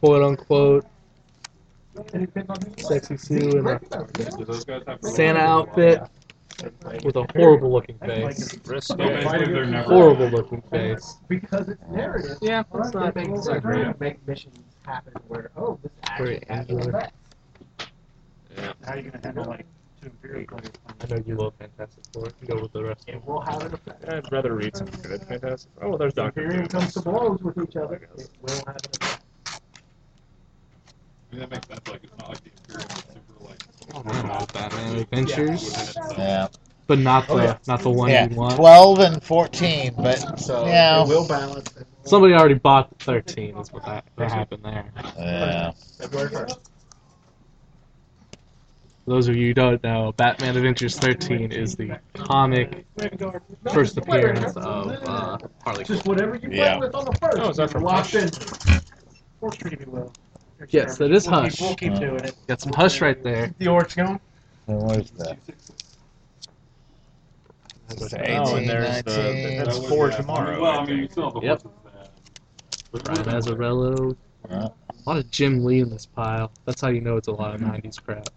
quote unquote, sexy uh, Sue in a
Do those guys have
Santa outfit with a horrible looking face.
They basically, they're never-
Horrible looking face.
Because it's narrative.
Yeah,
It's not, it's not
great.
Make missions happen where, oh, this
Very
actually
angular.
happened. But
How are you going to handle like two empirical?
I know you love Fantastic Four. You Go with the rest.
It will have an effect.
I'd rather read some good. Fantastic. Oh, there's Doctor
Imperium
Doom.
comes to blows with each other. It will have an effect.
I mean, that makes sense. Like, it's not like the Imperial is super like.
Batman Oh, Adventures,
Yeah,
but not the
Oh, yeah.
not the one
yeah.
you want.
Twelve and fourteen, but
So
Yeah.
it will balance. it.
Somebody already bought the 13. That's what that, that happened there.
yeah.
February first.
For those of you who don't know, Batman Adventures 13 is the comic first appearance of uh, Harley Quinn.
Just whatever you play
Yeah.
with on the first.
Oh, is that from
locked
Hush?
in. Fortunately, we will.
Yes, that is
We'll
Hush.
Keep, we'll keep doing it.
Got some hush right there.
The orc's going.
And where's the? That's the
Oh, and
18,
there's the-
19.
that's
That was-
for
yeah.
tomorrow,
Well,
I
I mean, you still have the
Yep.
horses then.
Ryan Azarello.
Yeah.
A lot of Jim Lee in this pile. That's how you know it's a lot of 90s crap.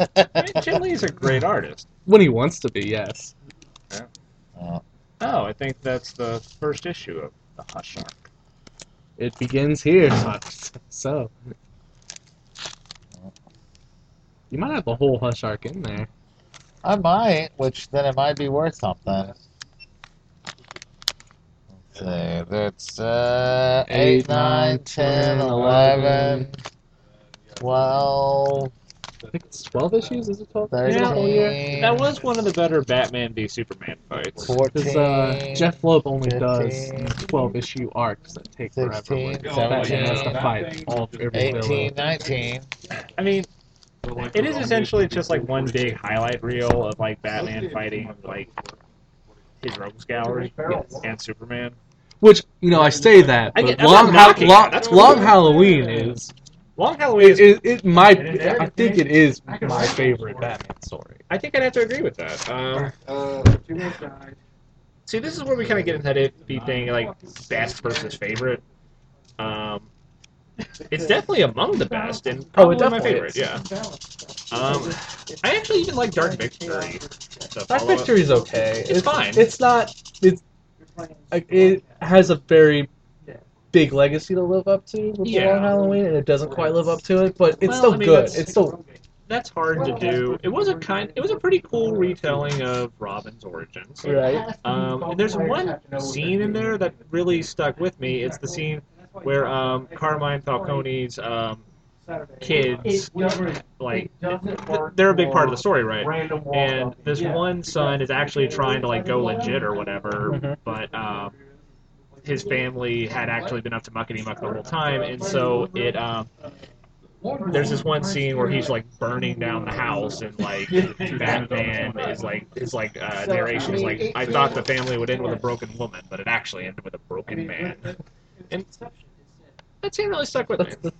Jim Lee's a great artist.
When he wants to be, yes.
Oh, I think that's the first issue of the Hush arc.
It begins here. So. You might have the whole Hush arc in there.
I might, which then it might be worth something. Let's see, that's uh, 8,
Eight,
9,
nine,
10,
10,
11,
eleven,
12,
I think it's 12 issues? Is it 12? Yeah, whole year.
13,
That was one of the better Batman v Superman fights.
14,
Because uh, Jeff Loeb only
15,
does 12 issue arcs that take forever.
16,
where Batman has to
17,
fight all every villain.
18, 19.
I mean, it is essentially just like one big highlight reel of like Batman fighting like his rogues gallery and Superman.
Which, you know, I say that,
I
but
get- I'm
Long,
not
Hal-
knocking it.
Long,
That's
Long
cool.
Halloween is
Long Halloween
it,
is.
it, it might I think it is my favorite Batman story.
I think I'd have to agree with that. Um, see, this is where we kind of get into that iffy thing, like best versus favorite. Um, it's definitely among the best and probably my
Oh, definitely
favorite.
is.
Yeah. Um, I actually even like Dark Victory. the
Dark
follow-up.
Victory's okay.
It's fine.
It's not it's like, it has a very big legacy to live up to with
Yeah.
Long Halloween and it doesn't quite live up to it, but it's
Well,
still
I mean,
good.
that's-
It's still
that's hard to do. It was a kind. It was a pretty cool retelling of Robin's origins.
right.
Um, and there's one scene in there that really stuck with me. It's the scene where um, Carmine Falcone's um, kids, like, th- they're a big part of the story, right? And this one son is actually trying to like go legit or whatever, but um, his family had actually been up to muckety muck the whole time, and so it. Um, there's this one scene where he's like burning down the house and like Batman is like his like uh, narration is like I thought the family would end with a broken woman, but it actually ended with a broken man. And that scene really stuck with me.
That's,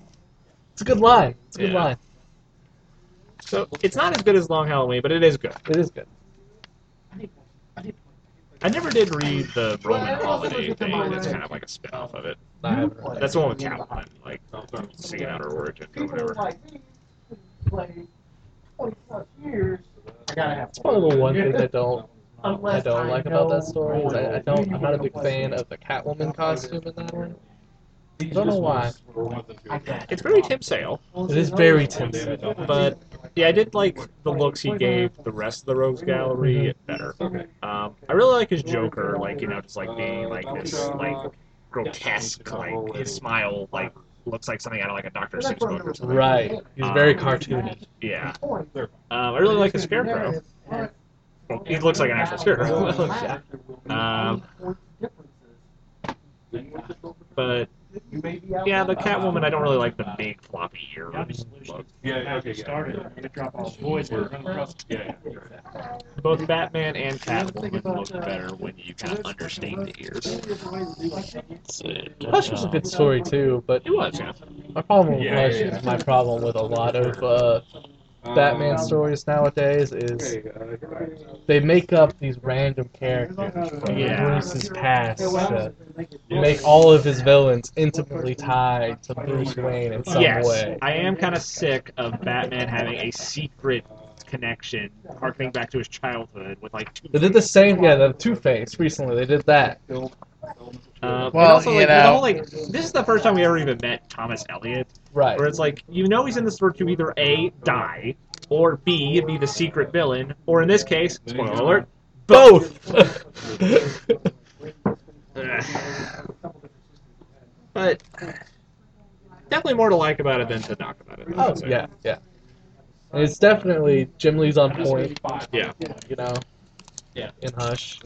it's a good line. It's a good
Yeah.
line.
So it's not as good as Long Halloween, but it is good.
It is good.
I never did read the Roman holiday thing. That's kind of like a spin-off of it.
I haven't read
That's the one with Catwoman, like seeing out her origin or whatever.
I gotta have
It's probably the one thing I don't I
Unless
don't like
know
about that story is I, I don't I'm not a big
you
fan of the Catwoman costume in that one. I don't know why.
It's very Tim Sale,
It is very tempting.
but yeah, I did like the looks he gave the rest of the Rogues Gallery better. Um, I really like his Joker, like you know, just like being like this like grotesque, like his smile like looks like something out of like a Dr. Seuss book or something.
Right. He's very cartoony.
Yeah. Um, I really like the Scarecrow. Well, he looks like an actual Scarecrow. um, but yeah, the Catwoman, I don't really like the big floppy ear look.
Yeah, okay, yeah.
Started. I'm gonna drop all the boys. We're gonna trust.
Yeah,
Both Batman and Catwoman look better when you kind of understand the ears. uh,
Hush was a good story too, but
It was, yeah.
my problem with
Yeah,
Hush
yeah.
is my problem with a lot of uh,
yeah.
Batman
Um,
stories nowadays is
okay, uh,
they make up these random characters from
Yeah.
Bruce's past to make all of his villains intimately tied to Bruce Wayne in some
yes,
way.
I am kind of sick of Batman having a secret connection, harkening back to his childhood with like two.
They did the same, yeah, the Two Face recently. They did that.
Uh, but
Well,
also,
you
like, with
know-
all, like, this is the first time we ever even met Thomas Elliot,
Right.
where it's like you know he's in this story to either a die or b be the secret villain, or in this case, spoiler alert, both. but definitely more to like about it than to knock about it.
oh, yeah, yeah. And it's definitely Jim Lee's on point,
yeah.
you know.
Yeah.
In Hush.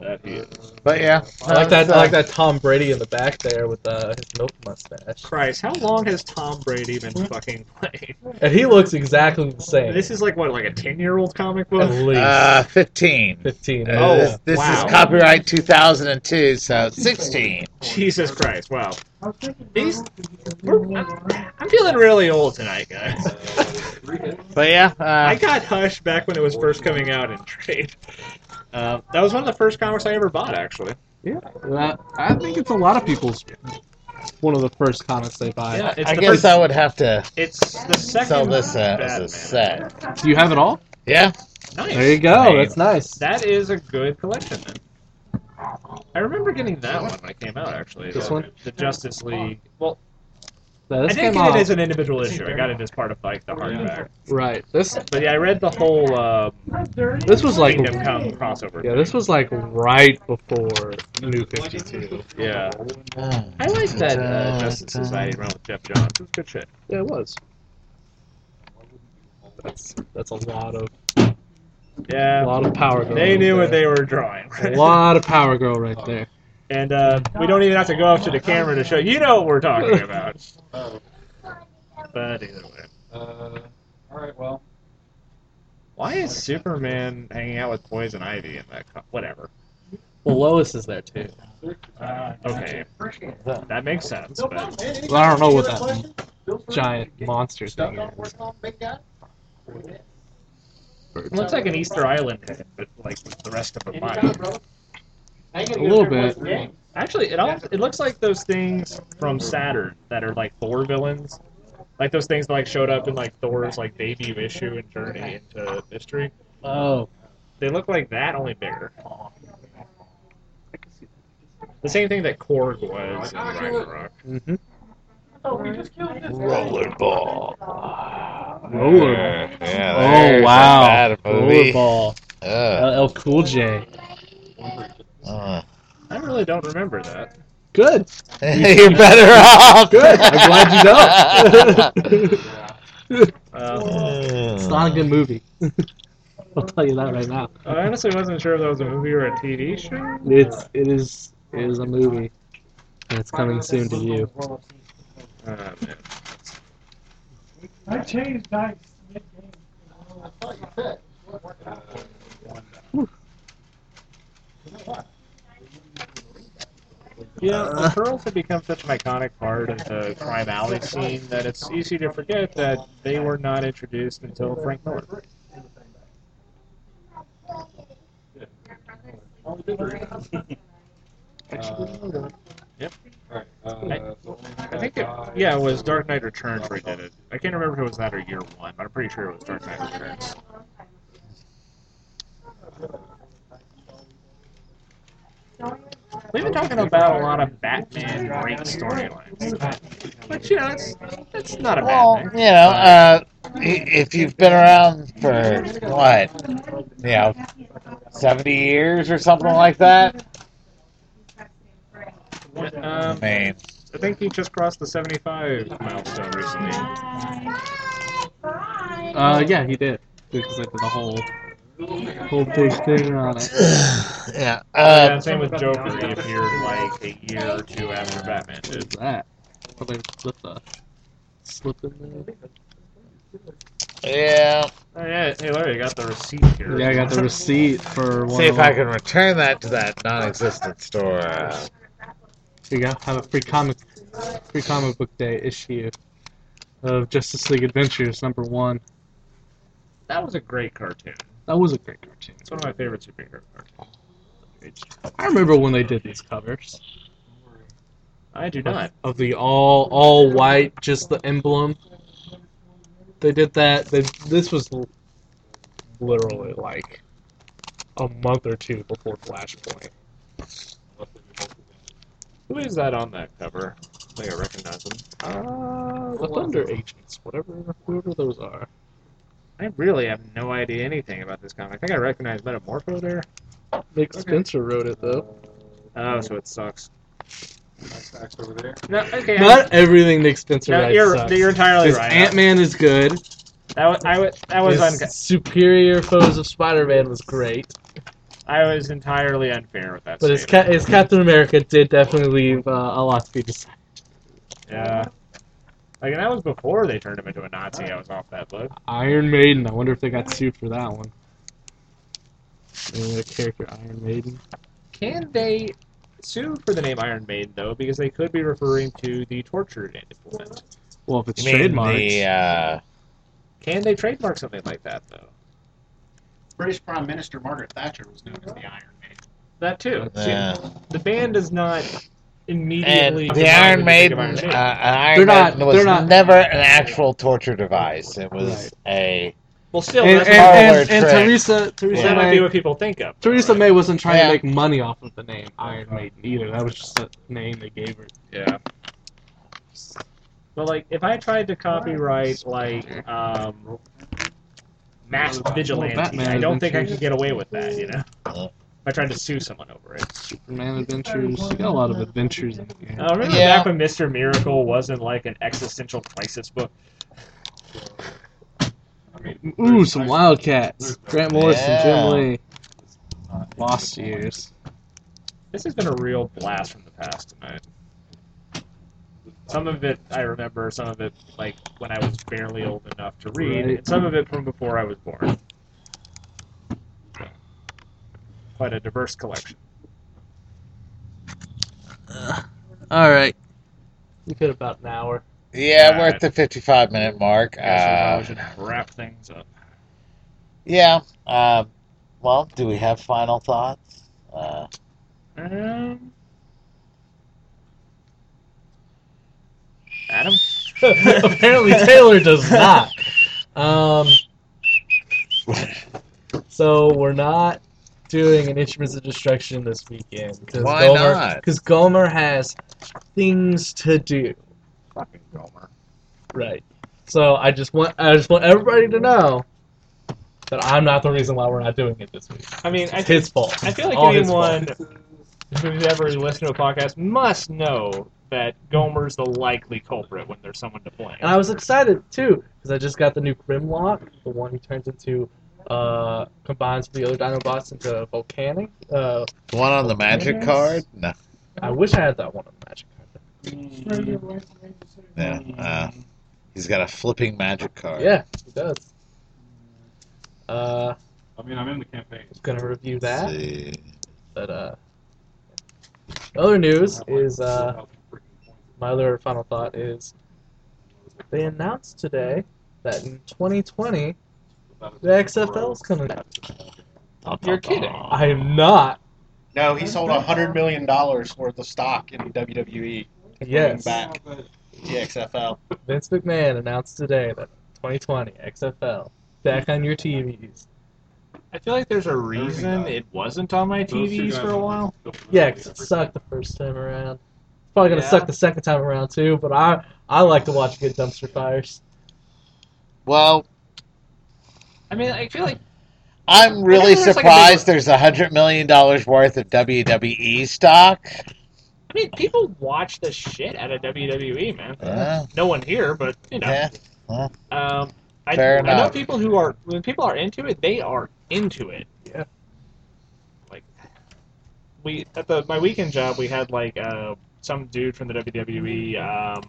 That he is.
But yeah,
I like that. I like that Tom Brady in the back there with uh, his milk mustache,
Christ, how long has Tom Brady been
Hmm?
fucking playing?
and he looks exactly the same.
This is like what, like a ten-year-old comic book?
at least
Uh, fifteen.
fifteen.
Uh, this this
wow.
is copyright 2002, so 16.
Jesus Christ! Wow. These, we're- I'm, I'm feeling really old tonight, guys.
But yeah,
I
uh,
got Hush back when it was first coming out in trade. Uh, that was one of the first comics I ever bought, actually.
That- I think it's a lot of people's one of the first comics they buy.
Yeah, it's
I
the
guess
first,
I would have to
it's the second.
sell this uh, as
Batman.
a set.
Do you have it all?
Yeah,
Nice.
There you go.
Nice.
That's nice.
That is a good collection. Then. I remember getting that one when it came out. Actually,
This
the,
one?
the Justice League. Well,
Now, this
I didn't
came
get
out
it as an individual issue. I got it as part of like the hardback.
right. This
But yeah, I read the whole um,
this was like
Kingdom Come crossover.
yeah, this was like right before New Fifty Two.
Yeah, I like that uh, Justice Society run with Jeff Johns. It was good shit.
Yeah, it was. That's that's a lot of a
Yeah,
lot of power. Girl
they
right
knew what
there.
they were drawing.
A lot of power girl right there.
And uh, we don't even have to go up to the camera to show. You know what we're talking about. But either way.
Uh, all right, well,
Why is Superman hanging out with Poison Ivy in that? Co- whatever.
Well, Lois is there too.
Okay, that makes sense. But
I don't know what that giant monster thing is.
it looks like an Easter Island head, but like with the rest of the body.
A little bit.
Actually, it all it looks like those things from Saturn that are like Thor villains, like those things that like showed up in like Thor's like debut issue and Journey into Mystery.
Oh,
They look like that, only bigger. The same thing that Korg was in Ragnarok.
mm-hmm.
Oh,
rollerball.
Roller-
Yeah,
oh
there's a
wow,
bad movie.
rollerball.
Ugh.
LL Cool J.
Uh.
I really don't remember that.
Good,
You're better off.
good. I'm glad you don't.
Um,
it's not a good movie. I'll tell you that right now.
I honestly wasn't sure if that was a movie or a TV show.
It's it is it is a movie, and it's coming soon to you.
Oh, man.
I changed dice. mid-game.
You know, the Pearls have become such an iconic part of the crime alley scene that it's easy to forget that they were not introduced until Frank Miller.
uh,
Yep.
All right.
I-
Uh, so
I think it, yeah, it was Dark Knight Returns where he did it. I can't remember if it was that or Year One, but I'm pretty sure it was Dark Knight Returns. We've been talking about a lot of Batman great storylines, but you know, it's it's not a
Well,
bad
you
thing.
know, uh, i- if you've been around for what, you know, seventy years or something like that. I
Um,
mean,
I think he just crossed the 75 milestone recently.
Uh, yeah, he did because I did a whole whole big thing uh, on it.
yeah.
Oh, yeah,
Uh,
same with Joker. He appeared like a year or two after Batman
What is
did.
that? Probably slip the slip in there.
yeah.
Oh yeah, hey Larry, you got the receipt here.
Yeah, I got the receipt for one.
See
of
if I
them.
can return that to that non-existent store. uh,
Here you go. Have a free comic free comic book day issue of Justice League Adventures number one.
That was a great cartoon.
That was a great cartoon.
It's one of my favorite superhero cartoons.
I remember when they did these covers
I do not.
of the all all white, just the emblem. They did that. They, this was l- literally like a month or two before Flashpoint.
Who is that on that cover? I think I recognize him. Ah,
Uh, the Thunder Agents, whatever, whoever those are.
I really have no idea anything about this comic. I think I recognize Metamorpho there.
Nick Spencer wrote it though.
Oh, so it sucks.
that's facts over there.
No, okay.
Not everything Nick Spencer
no,
writes
you're,
sucks.
you're entirely right.
Ant Man is good.
that was I, wa- that was
His
unca-
Superior Foes of Spider Man was great.
I was entirely unfair with that.
But his,
statement.
Ca- his Captain America did definitely leave uh, a lot to be desired.
yeah. Like and that was before they turned him into a Nazi. I was off that look.
Iron Maiden. I wonder if they got sued for that one. The character Iron Maiden.
Can they sue for the name Iron Maiden though? Because they could be referring to the torture it implement.
Well, if it's
You mean
trademarked,
the, uh,
Can they trademark something like that though?
British Prime Minister Margaret Thatcher was known as the Iron Maiden.
That too. See,
yeah.
the band does not
Uh, and
immediately.
the Iron Maiden, uh, an Iron
They're not-
Maiden was
they're not-
never an actual torture device. It was a
well, still,
and,
that's
and,
what-
and,
Howard
and
trick.
Teresa Teresa
that might be
May
what people think of.
Teresa May wasn't trying
Yeah.
to make money off of the name Iron Maiden either. That was just a name they gave her.
Yeah. But like, if I tried to copyright like um, masked vigilante,
Batman
I don't think I
Adventures.
could get away with that. You know,
Uh.
if I tried to sue someone over it.
Man Adventures. You got a lot of adventures in the game.
Uh, remember
Yeah.
back when Mister Miracle wasn't like an existential crisis book?
Ooh, some Wildcats. Grant Morrison,
Yeah.
Jim Lee.
uh,
Lost years.
This has been a real blast from the past tonight. Some of it I remember, some of it like when I was barely old enough to read,
Right.
and some of it from before I was born. Quite a diverse collection.
All right. You could about an hour.
yeah. We're
Alright.
at the fifty-five minute mark.
I guess we
Uh,
probably
Ah.
should wrap things up.
yeah. Um well, do we have final thoughts? Uh,
Um, Adam,
Apparently Taylor does not. Um, so we're not doing an Instruments of Destruction this weekend because
Why
Gomer
not?
because Gomer has things to do.
fucking Gomer.
Right. So I just want I just want everybody to know that I'm not the reason why we're not doing it this week.
I mean, I think
It's his fault.
I feel like
All his
anyone who's ever listened to a podcast must know that Gomer's the likely culprit when there's someone to blame.
And I was excited too because I just got the new Grimlock, the one who turns into uh, combines with the other Dinobots into Volcanic. Uh,
the one on the magic card? No.
I wish I had that one on the Magic card.
No. Uh, he's got a flipping magic card.
Yeah, he does. Uh,
I mean, I'm in the campaign.
gonna review
Let's
that,
see.
but uh, other news is uh. my other final thought is they announced today that in 2020 the XFL is coming out.
You're kidding.
I am not.
No, he sold a hundred million dollars worth of stock in E. WWE. to bring him
Yes,
Oh,
Back the XFL.
Vince McMahon announced today that 2020 XFL back on your TVs.
I feel like there's a reason it wasn't on my TVs for a while.
Yeah, 'cause it sucked the first time around. It's probably gonna
Yeah.
suck the second time around too. But I I like to watch good dumpster fires.
Well,
I mean, I feel like
I'm really
There's like a big
surprised there's a hundred million dollars worth of WWE stock.
I mean people watch the shit out of WWE, man.
Yeah,
No one here, but you know.
yeah.
Um, I,
Fair
I know
enough.
people who are when people are into it, they are into it.
Yeah.
Like we at the my weekend job, we had like uh, some dude from the WWE, um,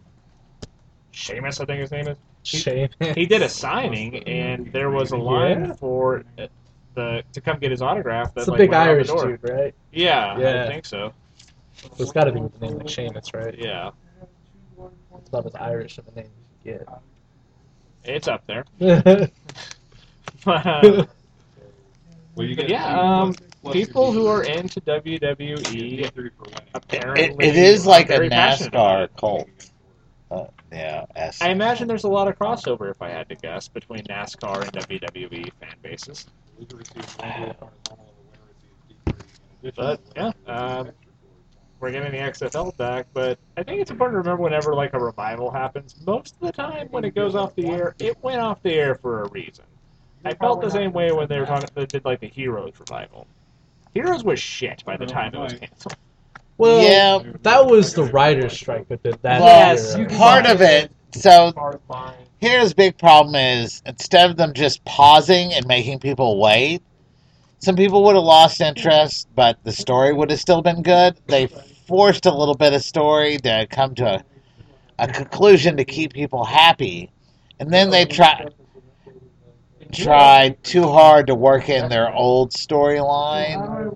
Sheamus, I think his name is.
Shame.
He did a signing, and there was a line
Yeah.
for the to come get his autograph. That,
It's a
like,
big
went out the
Irish
door.
dude, right?
Yeah, I
Yeah.
think so.
It's got to be with a name like Seamus, right?
Yeah,
It's about as Irish of a name you can get.
it's up there. Uh,
yeah,
But
Well, you get
yeah,
two
um,
plus- plus your
people who
DVD.
are into
You
WWE
get three for winning.
It,
apparently
it is
are
like a
very passionate about
NASCAR
it.
cult. Uh, yeah, S. E.
I imagine there's a lot of crossover, if I had to guess, between NASCAR and WWE fan bases. But yeah, um, we're getting the XFL back, but I think it's important to remember whenever like a revival happens, most of the time when it goes off the air, it went off the air for a reason. I felt the same way when they were talking. They did like the Heroes revival. Heroes was shit by the time it was canceled.
Well,
yeah,
That was the writer's strike that did that.
Well,
year.
you can-
part of it. So
Hard line.
here's big problem is instead of them just pausing and making people wait, some people would have lost interest, but the story would have still been good. They forced a little bit of story to come to a, a conclusion to keep people happy, and then they tried tried too hard to work in their old storyline.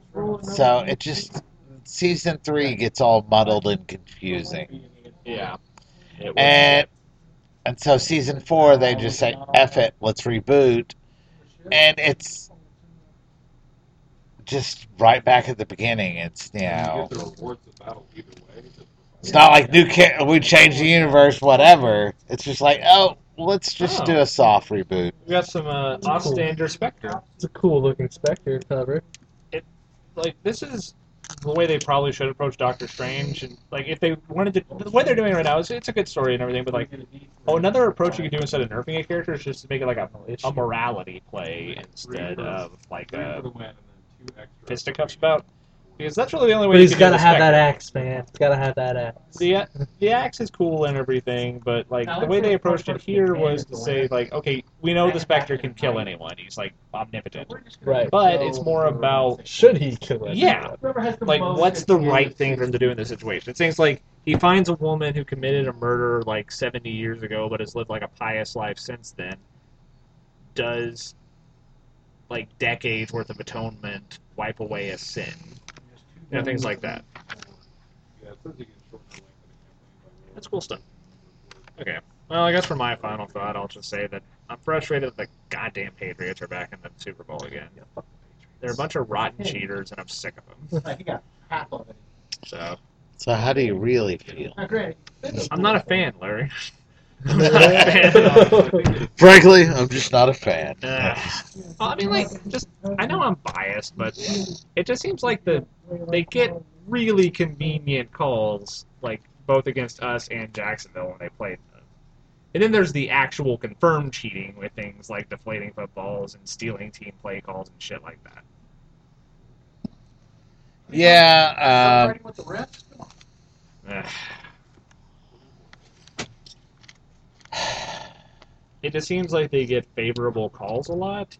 So it just season three gets all muddled and confusing,
Yeah. It was-
and and so season four they just say "F it, let's reboot," and it's just right back at the beginning. It's you know.
the rewards of battle either way.
It's not like new ca- we change the universe, whatever. It's just like, oh, let's just
Oh.
do a soft reboot.
we got some uh, Ostander Spectre.
It's a cool looking Spectre cover.
Like this is the way they probably should approach Doctor Strange, and like if they wanted to, what they're doing right now is it's a good story and everything, but like, oh, another approach you could do instead of nerfing a character is just to make it like a, a morality play instead of like
Three for
a
the win, and then two extra.
fisticuffs bout, because that's really the only way.
But
you
he's
can do
gotta
the
have that
Spectre.
axe, man. He's gotta have that axe.
the the axe is cool and everything, but like the way they approached it here was to say like, okay, we know the Spectre can kill anyone. He's like omnipotent,
Right.
but it's more about
Should he kill it?
yeah, like what's the right thing for him to do in this situation? It seems like he finds a woman who committed a murder like seventy years ago, but has lived like a pious life since then. Does like decades worth of atonement wipe away a sin? You know, things like that.
Yeah, it says you can shorten the length of
That's cool stuff. Okay. Well, I guess for my final thought, I'll just say that I'm frustrated that the goddamn Patriots are back in the Super Bowl again. They're a bunch of rotten cheaters, and I'm sick of them.
Like, he got half of it.
So
So how do you really feel?
Now, granted,
I'm not a fan, Larry. I'm not a fan.
Frankly, I'm just not a fan.
Ah. Well, I mean, like, just I know I'm biased, but it just seems like the they get really convenient calls, like both against us and Jacksonville when they played them. And then there's the actual confirmed cheating with things like deflating footballs and stealing team play calls and shit like that.
Yeah, um,
Ugh. It just seems like they get favorable calls a lot,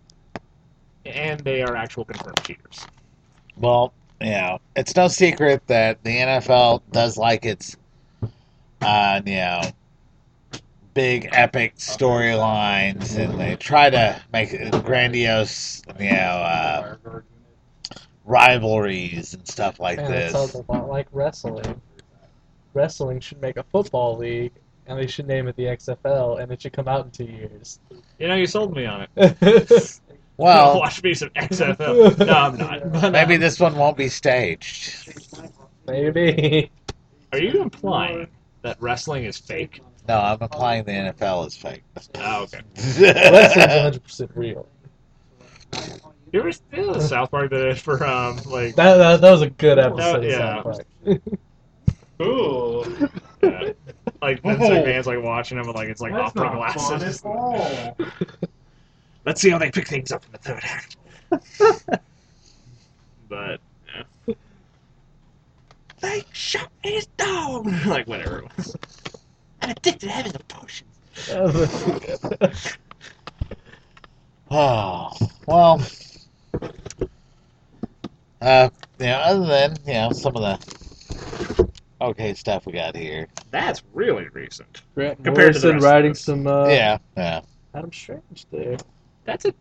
and they are actual confirmed cheaters.
well, you know, it's no secret that the NFL does like its, uh, you know, big epic storylines, and they try to make grandiose, you know, uh,
the game.
rivalries and stuff like
Man, that
this.
sounds a lot like wrestling. Wrestling should make a football league, and they should name it the XFL, and it should come out in two years.
You know, you sold me on it.
Well,
watch me some XFL. No, I'm not. But, uh,
Maybe this one won't be staged.
Maybe.
Are you implying that wrestling is fake?
No, I'm applying the NFL is fake.
Oh, okay.
Wrestling's 100 percent real.
You ever see the South Park that is for um like
That, that, that was a good episode.
yeah.
of South Park.
ooh, yeah. uh, like Vince McMahon's like watching him with like it's like
That's
opera
not fun
glasses.
at
Oh.
all.
Let's see how they pick things up in the third act. but yeah. They shut his down. like whatever. It was. I'm addicted to having potions.
That was a-
oh, well. Uh, you know, other than you know some of the okay stuff we got here.
That's really recent.
Grant
Compared to the
Morrison
rest of
riding
us.
some uh,
yeah, yeah.
Adam Strange there.
That's an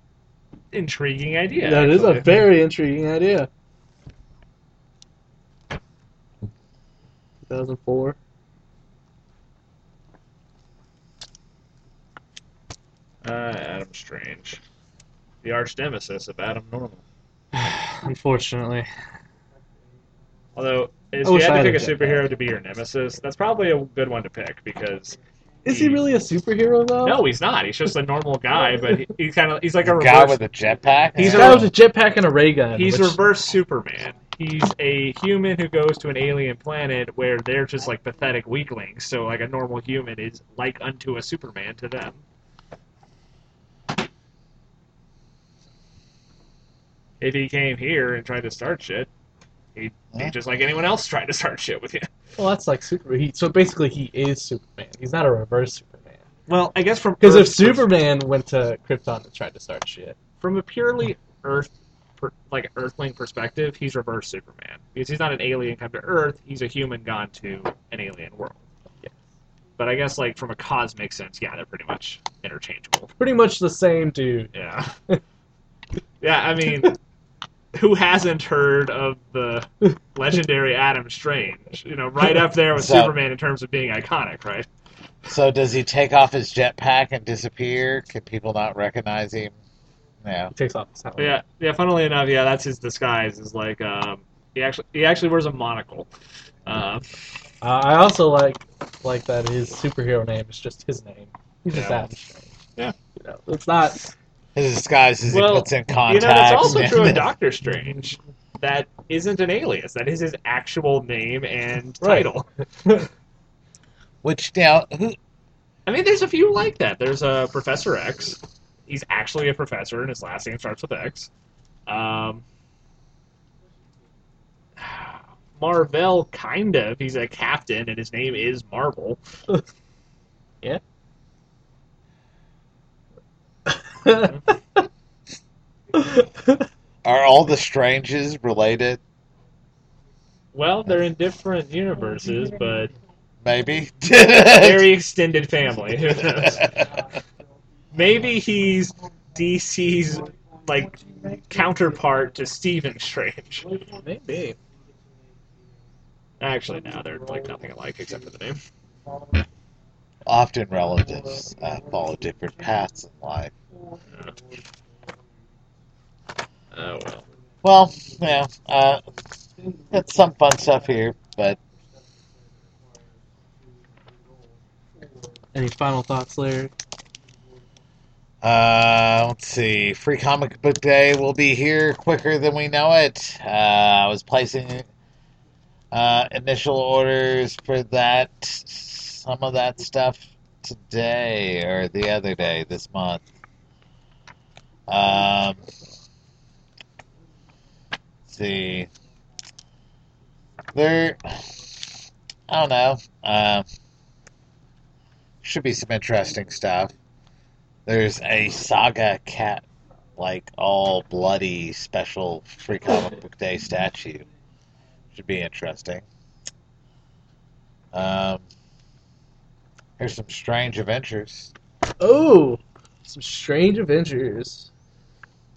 intriguing idea.
that is a
actually.
very intriguing idea. 2004.
Uh, Adam Strange. The arch nemesis of Adam Normal.
Unfortunately.
Although, if
I
you
wish
had
I
to
had
pick a
a jetpack.
superhero to be your nemesis, that's probably a good one to pick because
Is he really a superhero though?
no, he's not. He's just a normal guy, but he, he's kind of he's like a
Guy
reverse.
with a jetpack.
He's
He's
a
a-
guy with a jetpack and a ray gun.
He's
which-
reverse Superman. He's a human who goes to an alien planet where they're just like pathetic weaklings. So like a normal human is like unto a Superman to them. If he came here and tried to start shit, he'd be just like anyone else trying to start shit with you.
Well, that's like super. He, so basically, he is Superman. He's not a reverse Superman.
Well, I guess from
Because if
Earth's pers-
Superman went to Krypton and tried to start shit,
from a purely Earth per, like Earthling perspective, he's reverse Superman because he's not an alien come to Earth; he's a human gone to an alien world. But I guess like from a cosmic sense, yeah, they're pretty much interchangeable.
Pretty much the same dude.
Yeah. yeah, I mean, who hasn't heard of the legendary Adam Strange? You know, right up there with
So-
Superman in terms of being iconic, right?
So does he take off his jetpack and disappear? Can people not recognize him? No.
He takes off his helmet.
oh, Yeah, yeah. Funnily enough, yeah, that's his disguise. Is like, um, he actually he actually wears a monocle. Um,
Uh, I also like like that his superhero name is just his name. He's just
Yeah.
Adam Strange.
Yeah.
You know, it's not.
His disguise is
Well,
he puts in
you
contacts.
know, that's also
and-
true of Doctor Strange. That isn't an alias. That is his actual name and
Right.
title.
Which now, who,
I mean, there's a few like that. There's a Professor X. He's actually a professor, and his last name starts with X. Um, Marvel, kind of. He's a captain, and his name is Marvel.
are all the Stranges related?
Well, they're in different universes, but
Maybe.
very extended family. Who knows? Maybe he's DC's like counterpart to Stephen Strange.
Maybe.
Actually, no, they're like nothing alike except for the name.
Often relatives uh, follow different paths in life.
Oh well.
Well, yeah, uh, got some fun stuff here, but
Any final thoughts, Larry?
Uh, let's see. Free Comic Book Day will be here quicker than we know it. Uh, I was placing uh, initial orders for that, some of that stuff today or the other day this month. Um, let's see. There, I don't know. Uh, should be some interesting stuff. There's a Saga cat, like all bloody special free comic book day statue. Should be interesting. Um, here's some strange adventures.
Oh, some strange adventures.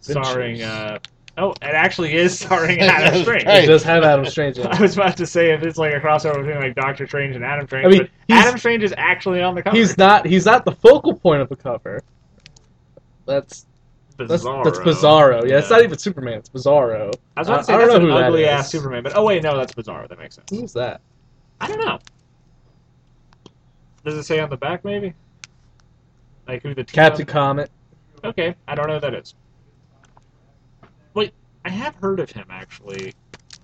Starring. Uh, oh, it actually is starring Adam Strange.
It does have Adam Strange in
I
it.
was about to say if it's like a crossover between like Doctor Strange and Adam Strange.
I mean,
but
he's-
Adam Strange is actually on the cover.
He's not. He's not the focal point of the cover. That's that's
Bizarro.
that's Bizarro. Yeah, it's
Yeah.
not even Superman. It's Bizarro.
I was about to say
I don't
that's
know
an
who that
ugly ass
is.
Superman, but oh wait, no, that's Bizarro. That makes sense.
Who's that?
I don't know. Does it say on the back maybe? Like who the team
Captain Comet.
Okay, I don't know who that is. Wait, I have heard of him actually.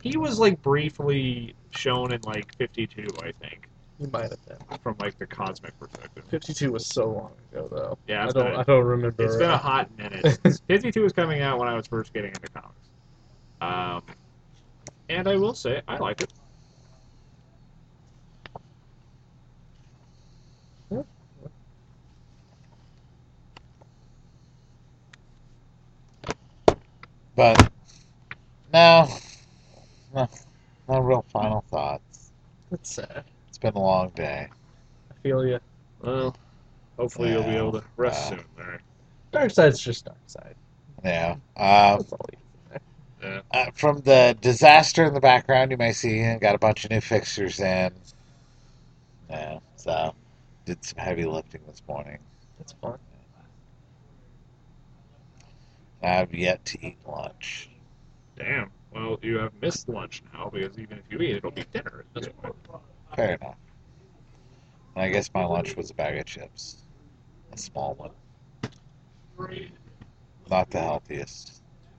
He was like briefly shown in like 52, I think,
You might have been.
from like the cosmic perspective.
Fifty-two was so long ago, though.
Yeah,
I
it's
don't.
been a-
I don't remember.
It's been a hot minute. 52 was coming out when I was first getting into comics. Um, and I will say, I like it.
But no, no, no real final thoughts.
That's sad.
It's been a long day.
I feel you.
Well, hopefully you'll be able to
uh,
rest soon, Larry.
Dark side's just dark side.
Yeah. Uh,
That's all. he-
uh, from the disaster in the background, you may see and got a bunch of new fixtures in. Yeah, so did some heavy lifting this morning.
That's fun.
I've yet to eat lunch.
Damn. Well, you have missed lunch now because even if you eat, it'll be dinner at this point.
Fair enough. And I guess my lunch was a bag of chips, a small one. Not the healthiest.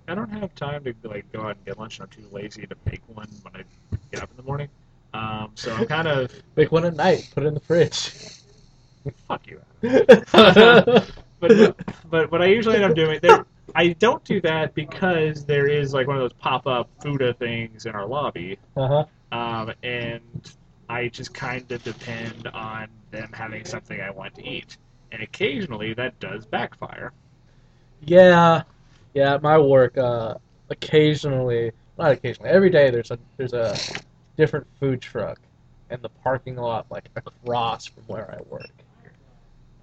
I don't have time to like go out and get lunch, and I'm too lazy to make one when I get up in the morning. Um, so I'm kind of
Make one at night. Put it in the fridge.
fuck you.
That's
but but what I usually end up doing there, I don't do that because there is like one of those pop up Fuda things in our lobby,
Uh-huh.
um, and I just kind of depend on them having something I want to eat, and occasionally that does backfire.
Yeah, yeah. At my work, uh, occasionally, not occasionally, every day there's a there's a different food truck in the parking lot, like across from where I work.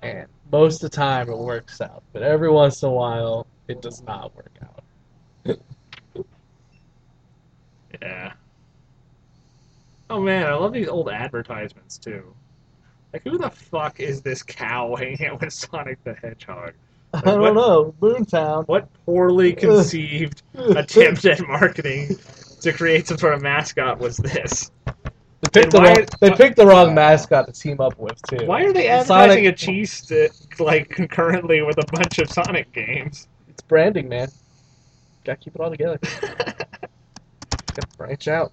And most of the time it works out, but every once in a while it does not work out.
Yeah. Oh man, I love these old advertisements too. Like, who the fuck is this cow hanging out with Sonic the Hedgehog?
I don't know, Boomtown.
What poorly conceived attempt at marketing to create some sort of mascot was this?
They picked the
Then why-
wrong, they picked the wrong mascot to team up with too.
Why are they advertising a cheese stick like concurrently with a bunch of Sonic games?
It's branding, man. Gotta keep it all together. Gotta branch out.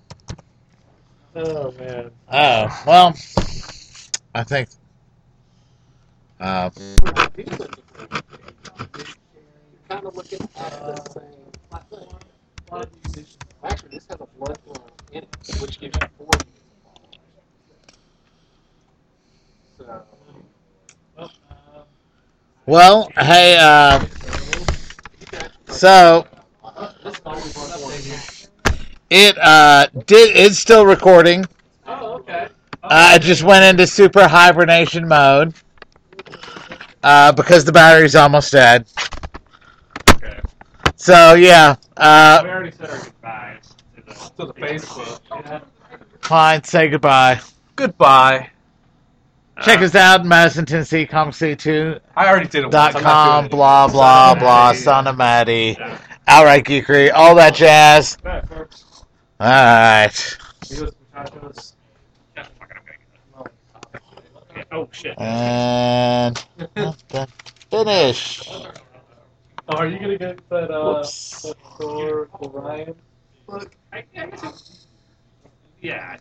oh man.
Oh, well, I think. Uh,
kind of looking at the same platform. but it's- Actually, this has a bloodline in it, which gives you four units. So,
well, hey, uh, so
this is always one more unit.
it uh did it's still recording.
Oh, okay.
I just went into super hibernation mode uh, because the battery's almost dead.
Okay.
So yeah,
We
uh,
already said our goodbyes to the
To the Facebook.
fine. Say goodbye.
Goodbye.
Uh,
Check us out in Madison, Tennessee, comicc2.com,
I already did it
blah, blah, blah, blah, Son of Maddie, Outright Geekery, all that jazz. Alright.
Yeah, fuck it, I'm gonna get that. Yeah, Oh shit.
Uh. And finish.
Are you gonna get that, uh,
Whoops.
that for Orion?
Yeah,